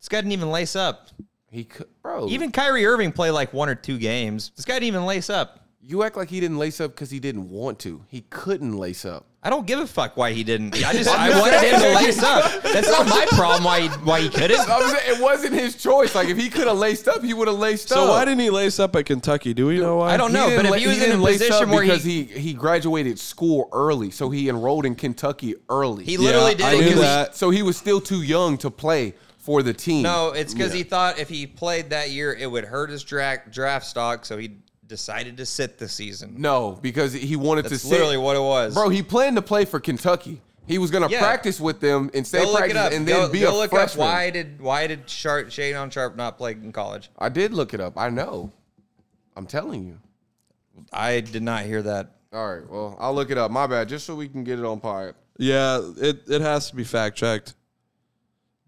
[SPEAKER 3] This guy didn't even lace up.
[SPEAKER 1] he could, bro.
[SPEAKER 3] Even Kyrie Irving played like one or two games. This guy didn't even lace up.
[SPEAKER 1] you act like he didn't lace up because he didn't want to. He couldn't lace up.
[SPEAKER 3] I don't give a fuck why he didn't. I just I wanted him to lace up. That's not my problem. Why he, why he couldn't?
[SPEAKER 1] I'm saying, it wasn't his choice. Like if he could have laced up, he would have laced up.
[SPEAKER 2] So why didn't he lace up at Kentucky? Do we know why?
[SPEAKER 3] I don't know, but
[SPEAKER 1] didn't
[SPEAKER 3] if
[SPEAKER 1] la-
[SPEAKER 3] he was in
[SPEAKER 1] didn't
[SPEAKER 3] a
[SPEAKER 1] lace
[SPEAKER 3] position
[SPEAKER 1] up
[SPEAKER 3] where
[SPEAKER 1] because
[SPEAKER 3] he,
[SPEAKER 1] he, he graduated school early, so he enrolled in Kentucky early.
[SPEAKER 3] he literally
[SPEAKER 2] Yeah, I
[SPEAKER 3] did it
[SPEAKER 2] knew
[SPEAKER 3] because
[SPEAKER 2] that.
[SPEAKER 1] so he was still too young to play for the team.
[SPEAKER 3] No, it's because he thought if he played that year, it would hurt his draft draft stock, so he decided to sit the season.
[SPEAKER 1] no, because he wanted to
[SPEAKER 3] That's
[SPEAKER 1] sit.
[SPEAKER 3] literally what it was.
[SPEAKER 1] Bro, he planned to play for Kentucky. He was gonna
[SPEAKER 3] Yeah.
[SPEAKER 1] practice with them and stay
[SPEAKER 3] go look
[SPEAKER 1] practice
[SPEAKER 3] it up
[SPEAKER 1] and
[SPEAKER 3] go,
[SPEAKER 1] then be a
[SPEAKER 3] go look
[SPEAKER 1] freshman.
[SPEAKER 3] up why did why did Sharp Shadon Sharp not play in college?
[SPEAKER 1] I did look it up. I know. I'm telling you.
[SPEAKER 3] I did not hear that.
[SPEAKER 1] All right. Well, I'll look it up. My bad. Just so we can get it on pod.
[SPEAKER 2] Yeah, it, it has to be fact checked.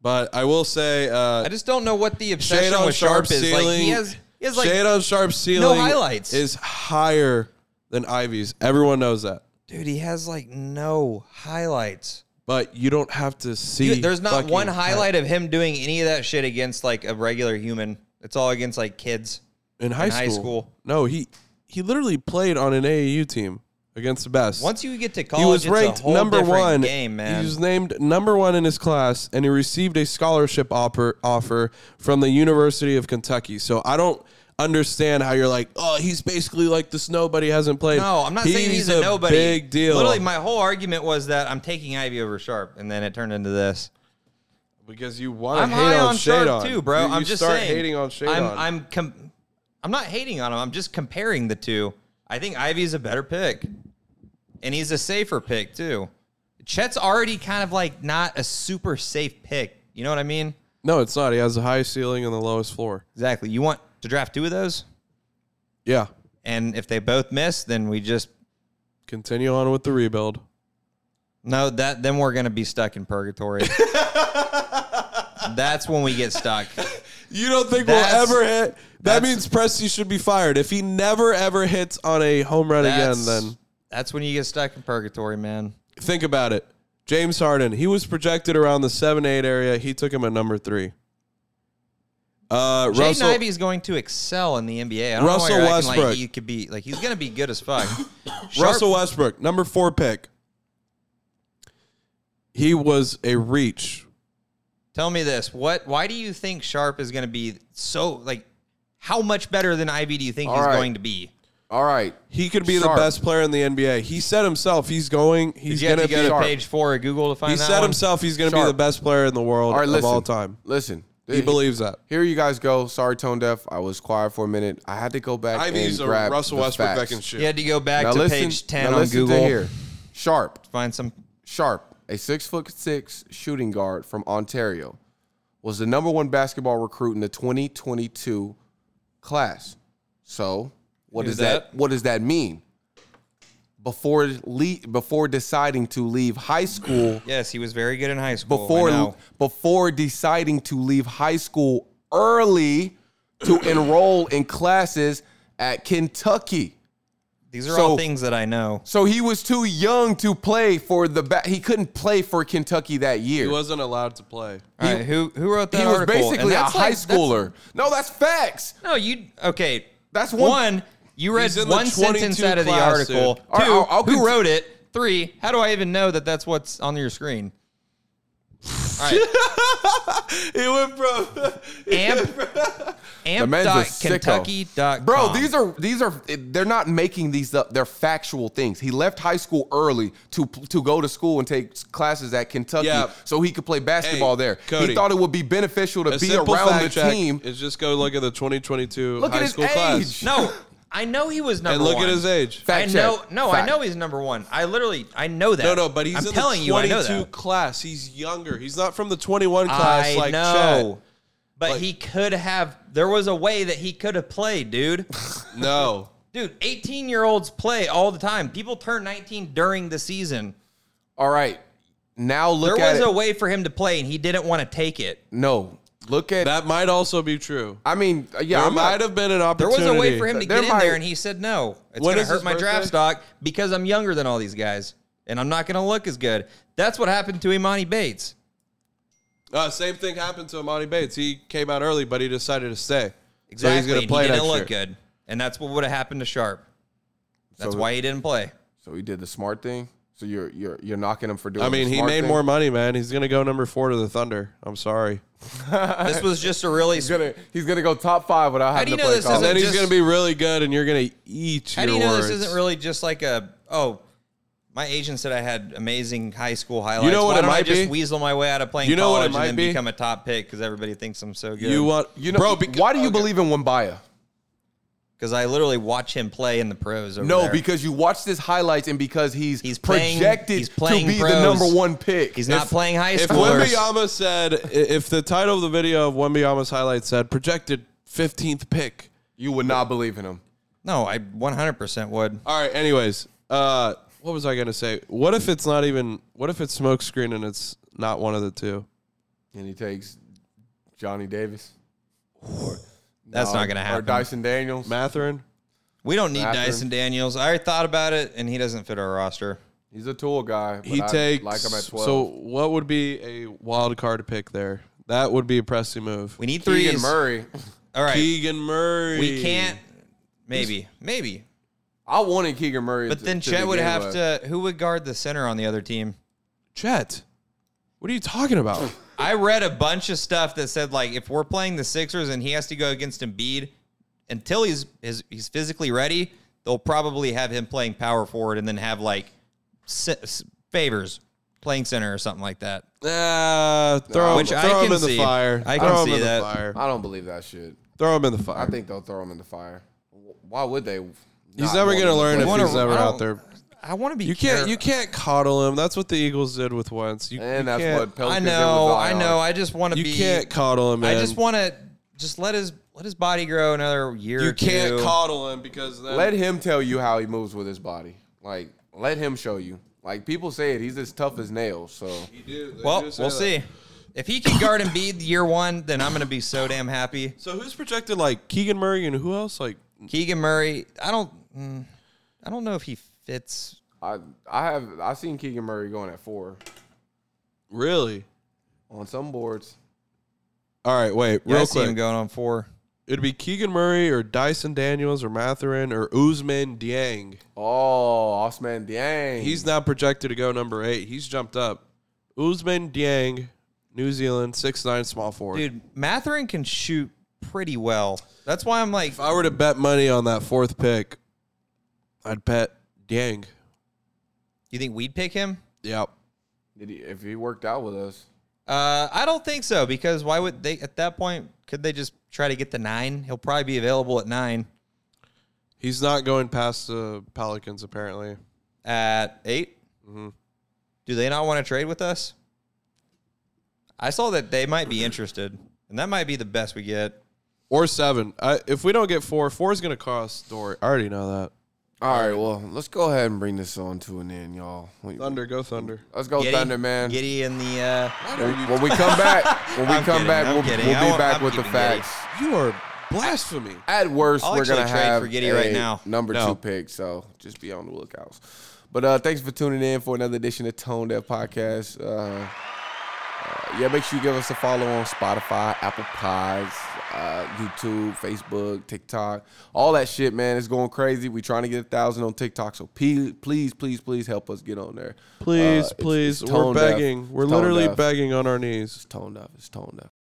[SPEAKER 2] But I will say, uh,
[SPEAKER 3] I just don't know what the obsession
[SPEAKER 2] Shadon
[SPEAKER 3] with Sharp
[SPEAKER 2] Sharp's
[SPEAKER 3] is.
[SPEAKER 2] ceiling,
[SPEAKER 3] Like he has he has like
[SPEAKER 2] Shadon Sharp's ceiling
[SPEAKER 3] highlights.
[SPEAKER 2] is higher than Ivy's. Everyone knows that.
[SPEAKER 3] dude, he has like no highlights.
[SPEAKER 2] But you don't have to see.
[SPEAKER 3] Dude, there's not
[SPEAKER 2] fucking
[SPEAKER 3] one highlight of him doing any of that shit against like a regular human. It's all against like kids.
[SPEAKER 2] in high
[SPEAKER 3] in
[SPEAKER 2] school.
[SPEAKER 3] high school.
[SPEAKER 2] No, he he literally played on an AAU team against the best.
[SPEAKER 3] Once you get to college,
[SPEAKER 2] he was
[SPEAKER 3] it's
[SPEAKER 2] ranked
[SPEAKER 3] a whole
[SPEAKER 2] number
[SPEAKER 3] different
[SPEAKER 2] one.
[SPEAKER 3] game, man.
[SPEAKER 2] He was named number one in his class, and he received a scholarship offer offer from the University of Kentucky. So I don't understand how you're like, oh, he's basically like this nobody hasn't played.
[SPEAKER 3] no, I'm not saying he's a, nobody.
[SPEAKER 2] Big deal.
[SPEAKER 3] Literally, my whole argument was that I'm taking Ivy over Sharp, and then it turned into this.
[SPEAKER 2] because you want to
[SPEAKER 3] I'm
[SPEAKER 2] hate
[SPEAKER 3] high
[SPEAKER 2] on,
[SPEAKER 3] on
[SPEAKER 2] Shadon
[SPEAKER 3] Sharp too, bro.
[SPEAKER 2] You, you
[SPEAKER 3] I'm just
[SPEAKER 2] start
[SPEAKER 3] saying.
[SPEAKER 2] hating on Shadon.
[SPEAKER 3] I'm I'm com- I'm not hating on him. I'm just comparing the two. I think Ivy's a better pick, and he's a safer pick too. Chet's already kind of like not a super safe pick. You know what I mean?
[SPEAKER 2] no, it's not. He has the highest ceiling and the lowest floor.
[SPEAKER 3] Exactly. You want to draft two of those,
[SPEAKER 2] Yeah,
[SPEAKER 3] and if they both miss, then we just
[SPEAKER 2] continue on with the rebuild.
[SPEAKER 3] no that. Then we're gonna be stuck in purgatory. That's when we get stuck.
[SPEAKER 2] You don't think
[SPEAKER 3] That's-
[SPEAKER 2] we'll ever hit? That
[SPEAKER 3] that's-
[SPEAKER 2] means Presti should be fired. If he never ever hits on a home run
[SPEAKER 3] That's,
[SPEAKER 2] again, then
[SPEAKER 3] that's when you get stuck in purgatory, man.
[SPEAKER 2] think about it. James Harden, he was projected around the seven eight area. He took him at number three. Uh,
[SPEAKER 3] Jaden
[SPEAKER 2] Russell,
[SPEAKER 3] Ivey is going to excel in the NBA. I don't
[SPEAKER 2] Russell
[SPEAKER 3] know why you're acting
[SPEAKER 2] Westbrook.
[SPEAKER 3] Like he could be like he's going to be good as fuck. Sharp-
[SPEAKER 2] Russell Westbrook, number four pick. He was a reach.
[SPEAKER 3] tell me this: what? Why do you think Sharp is going to be so like? How much better than Ivy do you think
[SPEAKER 1] All
[SPEAKER 3] he's
[SPEAKER 1] right.
[SPEAKER 3] going to be?
[SPEAKER 1] All right.
[SPEAKER 2] He could be
[SPEAKER 1] Sharp.
[SPEAKER 2] the best player in the NBA. He said himself he's going. He's
[SPEAKER 3] Did you have
[SPEAKER 2] gonna
[SPEAKER 3] to
[SPEAKER 2] be.
[SPEAKER 3] go to
[SPEAKER 1] Sharp.
[SPEAKER 3] page four of Google to find
[SPEAKER 2] he
[SPEAKER 3] that
[SPEAKER 2] said
[SPEAKER 3] one?
[SPEAKER 2] himself he's gonna be
[SPEAKER 1] Sharp.
[SPEAKER 2] the best player in the world
[SPEAKER 1] All right.
[SPEAKER 2] of
[SPEAKER 1] Listen.
[SPEAKER 2] all time.
[SPEAKER 1] Listen.
[SPEAKER 2] He believes that.
[SPEAKER 1] Here you guys go. Sorry, tone deaf. I was quiet for a minute. I had to go back.
[SPEAKER 2] Ivy's
[SPEAKER 1] and
[SPEAKER 2] a
[SPEAKER 1] grab
[SPEAKER 2] Russell
[SPEAKER 1] the
[SPEAKER 2] Westbrook that
[SPEAKER 1] facts.
[SPEAKER 2] can shoot.
[SPEAKER 3] You had to go back
[SPEAKER 1] Now
[SPEAKER 3] to
[SPEAKER 1] listen.
[SPEAKER 3] page ten
[SPEAKER 1] now
[SPEAKER 3] on
[SPEAKER 1] listen
[SPEAKER 3] Google.
[SPEAKER 1] to here. Sharp.
[SPEAKER 3] Find some.
[SPEAKER 1] Sharp, a six foot six shooting guard from Ontario, was the number one basketball recruit in the 2022 class. So, what
[SPEAKER 3] Knew
[SPEAKER 1] does that.
[SPEAKER 3] that.
[SPEAKER 1] What does that mean? Before le- before deciding to leave high school,
[SPEAKER 3] Yes, he was very good in high school. I
[SPEAKER 1] before
[SPEAKER 3] know.
[SPEAKER 1] before deciding to leave high school early to enroll in classes at Kentucky.
[SPEAKER 3] These are
[SPEAKER 1] So-
[SPEAKER 3] all things that I know.
[SPEAKER 1] So he was too young to play for the ba- he couldn't play for Kentucky that year.
[SPEAKER 2] He wasn't allowed to play.
[SPEAKER 3] All right, who who wrote that
[SPEAKER 1] He was
[SPEAKER 3] article? And
[SPEAKER 1] basically a
[SPEAKER 3] that's
[SPEAKER 1] high
[SPEAKER 3] like- that's-
[SPEAKER 1] schooler. No, that's facts.
[SPEAKER 3] No, you okay?
[SPEAKER 1] That's one-
[SPEAKER 3] one. you read
[SPEAKER 2] He's in the
[SPEAKER 3] one
[SPEAKER 2] 22
[SPEAKER 3] sentence out of the
[SPEAKER 2] class,
[SPEAKER 3] article.
[SPEAKER 2] dude.
[SPEAKER 1] All right,
[SPEAKER 3] 2
[SPEAKER 1] I'll- I'll
[SPEAKER 3] who
[SPEAKER 1] conti-
[SPEAKER 3] wrote it? Three. How do I even know that that's what's on your screen? All right,
[SPEAKER 2] He went from
[SPEAKER 3] amp,
[SPEAKER 1] The man's a
[SPEAKER 3] amp.kentucky.com.
[SPEAKER 1] sicko. Bro, these are these are they're not making these up. They're factual things. He left high school early to to go to school and take classes at Kentucky
[SPEAKER 2] Yeah.
[SPEAKER 1] so he could play basketball
[SPEAKER 2] Hey,
[SPEAKER 1] there.
[SPEAKER 2] Cody.
[SPEAKER 1] he thought it would be beneficial to
[SPEAKER 2] a
[SPEAKER 1] be
[SPEAKER 2] simple
[SPEAKER 1] around the
[SPEAKER 2] fact check
[SPEAKER 1] team.
[SPEAKER 2] Is just go look at the 2022
[SPEAKER 1] Look at
[SPEAKER 2] high
[SPEAKER 1] his
[SPEAKER 2] school
[SPEAKER 1] age.
[SPEAKER 2] class
[SPEAKER 3] no. I know he was number
[SPEAKER 2] and look
[SPEAKER 3] one.
[SPEAKER 2] at his age.
[SPEAKER 1] Fact
[SPEAKER 3] I
[SPEAKER 1] check.
[SPEAKER 3] know. No,
[SPEAKER 1] Fact.
[SPEAKER 3] I know he's number one. I literally, I know that.
[SPEAKER 2] No, no, but he's
[SPEAKER 3] I'm
[SPEAKER 2] in
[SPEAKER 3] telling
[SPEAKER 2] the
[SPEAKER 3] you, I
[SPEAKER 2] 22
[SPEAKER 3] know that.
[SPEAKER 2] class. He's younger. He's not from the 21 class.
[SPEAKER 3] I
[SPEAKER 2] like
[SPEAKER 3] know. But
[SPEAKER 2] Like-
[SPEAKER 3] he could have. There was a way that he could have played, dude.
[SPEAKER 2] Chet. No.
[SPEAKER 3] dude, 18 year olds play all the time. People turn 19 during the season.
[SPEAKER 1] All right. Now
[SPEAKER 3] There
[SPEAKER 1] look at
[SPEAKER 3] was
[SPEAKER 1] it.
[SPEAKER 3] a way for him to play, and he didn't want to take it.
[SPEAKER 1] no. Look at
[SPEAKER 2] That might also be true.
[SPEAKER 1] I mean, uh, yeah,
[SPEAKER 2] There
[SPEAKER 1] I'm not-
[SPEAKER 2] might have been an
[SPEAKER 3] There
[SPEAKER 2] opportunity.
[SPEAKER 3] was a way for him to
[SPEAKER 1] There
[SPEAKER 3] get in
[SPEAKER 1] might-
[SPEAKER 3] there, and he said no. It's
[SPEAKER 2] When
[SPEAKER 3] going to
[SPEAKER 2] is
[SPEAKER 3] hurt
[SPEAKER 2] his
[SPEAKER 3] my draft
[SPEAKER 2] birthday?
[SPEAKER 3] stock because I'm younger than all these guys, and I'm not going to look as good. That's what happened to Imani Bates.
[SPEAKER 2] Uh, same thing happened to Amani Bates. He came out early, but he decided to stay.
[SPEAKER 3] Exactly.
[SPEAKER 2] So he's going
[SPEAKER 3] and
[SPEAKER 2] to play
[SPEAKER 3] he didn't
[SPEAKER 2] next
[SPEAKER 3] look
[SPEAKER 2] year.
[SPEAKER 3] good, and that's what would have happened to Sharp. That's
[SPEAKER 1] So-
[SPEAKER 3] why he didn't play.
[SPEAKER 1] So he did the smart thing. So you're you're you're knocking him for doing.
[SPEAKER 2] I mean,
[SPEAKER 1] the
[SPEAKER 2] he
[SPEAKER 1] smart
[SPEAKER 2] made
[SPEAKER 1] thing?
[SPEAKER 2] more money, man. He's going to go number four to the Thunder. I'm sorry.
[SPEAKER 3] This was just a really.
[SPEAKER 1] He's gonna he's gonna go top five without having
[SPEAKER 3] do you
[SPEAKER 1] to
[SPEAKER 3] know
[SPEAKER 1] play
[SPEAKER 3] this
[SPEAKER 1] college.
[SPEAKER 2] And then he's
[SPEAKER 3] just-
[SPEAKER 2] going to be really good, and you're going to eat
[SPEAKER 3] How
[SPEAKER 2] your
[SPEAKER 3] do you know
[SPEAKER 2] words.
[SPEAKER 3] this isn't really just like a oh? My agent said I had amazing high school highlights.
[SPEAKER 2] know what
[SPEAKER 3] Why
[SPEAKER 2] it
[SPEAKER 3] don't I
[SPEAKER 2] might
[SPEAKER 3] just
[SPEAKER 2] be?
[SPEAKER 3] weasel my way out of playing
[SPEAKER 2] You know what it
[SPEAKER 3] college
[SPEAKER 2] might
[SPEAKER 3] and then
[SPEAKER 2] be?
[SPEAKER 3] become a top pick because everybody thinks I'm so good?
[SPEAKER 2] You want
[SPEAKER 1] you know,
[SPEAKER 2] bro?
[SPEAKER 1] Bro,
[SPEAKER 2] Because,
[SPEAKER 1] why do you believe in Wambaya?
[SPEAKER 3] because I literally watch him play in the pros. Over
[SPEAKER 1] No,
[SPEAKER 3] there.
[SPEAKER 1] because you watch his highlights and because he's
[SPEAKER 3] He's playing-
[SPEAKER 1] projected
[SPEAKER 3] he's playing
[SPEAKER 1] to be the
[SPEAKER 3] pros.
[SPEAKER 1] number one pick.
[SPEAKER 3] he's not playing high
[SPEAKER 2] if
[SPEAKER 3] schoolers.
[SPEAKER 2] Wembanyama said, i- if the title of the video of Wembanyama's highlights said projected 15th pick.
[SPEAKER 1] You would not believe in him.
[SPEAKER 3] No, I 100 percent would.
[SPEAKER 2] All right. Anyways, uh, what was I going to say? What if it's not even? What if it's smokescreen and it's not one of the two?
[SPEAKER 1] And he takes Johnny Davis.
[SPEAKER 3] That's
[SPEAKER 1] Uh,
[SPEAKER 3] not going to
[SPEAKER 1] Or
[SPEAKER 3] happen.
[SPEAKER 1] Dyson Daniels.
[SPEAKER 2] Matherin.
[SPEAKER 3] we don't need
[SPEAKER 1] Mathurin.
[SPEAKER 3] Dyson Daniels. I already thought about it, and he doesn't fit our roster.
[SPEAKER 1] He's a tool guy. But
[SPEAKER 2] He
[SPEAKER 1] I
[SPEAKER 2] takes.
[SPEAKER 1] like him at twelve.
[SPEAKER 2] So what would be a wild card pick there? That would be a pressing move.
[SPEAKER 3] We need
[SPEAKER 1] Keegan
[SPEAKER 3] three.
[SPEAKER 1] Murray.
[SPEAKER 3] All right,
[SPEAKER 2] Keegan Murray.
[SPEAKER 3] we can't. Maybe, maybe.
[SPEAKER 1] I wanted Keegan Murray.
[SPEAKER 3] But
[SPEAKER 1] to-
[SPEAKER 3] then
[SPEAKER 1] to
[SPEAKER 3] Chet
[SPEAKER 1] the
[SPEAKER 3] would
[SPEAKER 1] game,
[SPEAKER 3] have
[SPEAKER 1] but-
[SPEAKER 3] to. Who would guard the center on the other team?
[SPEAKER 2] Chet. What are you talking about?
[SPEAKER 3] I read a bunch of stuff that said like if we're playing the Sixers and he has to go against Embiid until he's his, he's physically ready, they'll probably have him playing power forward and then have like se- s- favors playing center or something like that.
[SPEAKER 2] Uh, throw
[SPEAKER 3] Which
[SPEAKER 2] him,
[SPEAKER 3] I
[SPEAKER 2] throw him
[SPEAKER 3] can
[SPEAKER 2] in the
[SPEAKER 3] see.
[SPEAKER 2] fire.
[SPEAKER 3] I can
[SPEAKER 2] throw him
[SPEAKER 3] see
[SPEAKER 2] in
[SPEAKER 3] that.
[SPEAKER 2] the fire.
[SPEAKER 1] I don't believe that shit.
[SPEAKER 2] Throw him in the fire.
[SPEAKER 1] I think they'll throw him in the fire. Why would they?
[SPEAKER 2] he's never going to learn if
[SPEAKER 3] wanna-
[SPEAKER 2] he's never
[SPEAKER 3] I
[SPEAKER 2] out
[SPEAKER 3] don't-
[SPEAKER 2] there.
[SPEAKER 3] I want to be
[SPEAKER 2] You can't. You can't coddle him. That's what the Eagles did with Wentz. You, you
[SPEAKER 1] And that's
[SPEAKER 2] can't,
[SPEAKER 1] what Pelicans
[SPEAKER 3] I
[SPEAKER 1] did with
[SPEAKER 3] know, I
[SPEAKER 1] Zion.
[SPEAKER 3] know. I just want to
[SPEAKER 2] You
[SPEAKER 3] be
[SPEAKER 2] can't coddle him.
[SPEAKER 3] I
[SPEAKER 2] Man.
[SPEAKER 3] just want to just let his let his body grow another year
[SPEAKER 2] You
[SPEAKER 3] or
[SPEAKER 2] can't
[SPEAKER 3] two.
[SPEAKER 2] coddle him because then
[SPEAKER 1] Let him tell you how he moves with his body. Like, let him show you. Like people say it, he's as tough as nails. So
[SPEAKER 2] You do- they
[SPEAKER 3] Well,
[SPEAKER 2] do say
[SPEAKER 3] we'll
[SPEAKER 2] that.
[SPEAKER 3] see. If he can guard Embiid year 1, then I'm going to be so damn happy.
[SPEAKER 2] So who's projected like Keegan Murray and who else? Like
[SPEAKER 3] Keegan Murray, I don't, mm, I don't know if he fits.
[SPEAKER 1] I, I have, I seen Keegan Murray going at four
[SPEAKER 2] really?
[SPEAKER 1] on some boards.
[SPEAKER 2] All right, wait,
[SPEAKER 3] Yeah, I
[SPEAKER 2] real
[SPEAKER 3] see him
[SPEAKER 2] quick.
[SPEAKER 3] going on four.
[SPEAKER 2] It'd be Keegan Murray or Dyson Daniels or Matherin or Uzman Diang.
[SPEAKER 1] Oh, Osman Dieng.
[SPEAKER 2] He's now projected to go number eight. He's jumped up. Uzman Diang, New Zealand, six nine small forward.
[SPEAKER 3] Dude, Matherin can shoot pretty well. That's why I'm like,
[SPEAKER 2] If I were to bet money on that fourth pick, I'd bet Diang.
[SPEAKER 3] you think we'd pick him?
[SPEAKER 2] Yep.
[SPEAKER 1] Did he, if he worked out with us,
[SPEAKER 3] Uh, I don't think so because why would they at that point? Could they just try to get the nine? He'll probably be available at nine.
[SPEAKER 2] He's not going past the Pelicans apparently.
[SPEAKER 3] At 8 do they not want to trade with us? I saw that they might be interested, and that might be the best we get.
[SPEAKER 2] Or seven. I, if we don't get four, four is going to cost Dory. I already know that.
[SPEAKER 1] all right. Well, let's go ahead and bring this on to an end, y'all. We-
[SPEAKER 2] Thunder, go Thunder.
[SPEAKER 1] Let's go,
[SPEAKER 3] Giddy-
[SPEAKER 1] Thunder, man.
[SPEAKER 3] Giddy and the uh,
[SPEAKER 1] When, when we come back, when we
[SPEAKER 3] I'm
[SPEAKER 1] come
[SPEAKER 3] kidding,
[SPEAKER 1] back,
[SPEAKER 3] I'm
[SPEAKER 1] we'll,
[SPEAKER 3] kidding.
[SPEAKER 1] we'll
[SPEAKER 3] I
[SPEAKER 1] be
[SPEAKER 3] won't-
[SPEAKER 1] back
[SPEAKER 3] I'm
[SPEAKER 1] with the
[SPEAKER 3] keeping Giddy.
[SPEAKER 1] facts.
[SPEAKER 2] You are Blasphemy.
[SPEAKER 1] At worst,
[SPEAKER 3] I'll
[SPEAKER 1] we're
[SPEAKER 3] actually
[SPEAKER 1] gonna
[SPEAKER 3] trade
[SPEAKER 1] have
[SPEAKER 3] for Giddey
[SPEAKER 1] a
[SPEAKER 3] right now.
[SPEAKER 1] number
[SPEAKER 3] No.
[SPEAKER 1] two pick, so just be on the lookout. But uh, thanks for tuning in for another edition of Tone Deaf Podcast. Uh, uh, yeah, make sure you give us a follow on Spotify, Apple Pods, uh, YouTube, Facebook, TikTok, all that shit, man. It's going crazy. We're trying to get a thousand on TikTok, so pe- please, please, please help us get on there. Uh,
[SPEAKER 2] Please,
[SPEAKER 1] it's-
[SPEAKER 2] please.
[SPEAKER 1] it's
[SPEAKER 2] We're
[SPEAKER 1] tone deaf.
[SPEAKER 2] begging. We're
[SPEAKER 1] It's tone
[SPEAKER 2] literally
[SPEAKER 1] deaf.
[SPEAKER 2] begging on our knees.
[SPEAKER 1] It's tone deaf. It's tone deaf.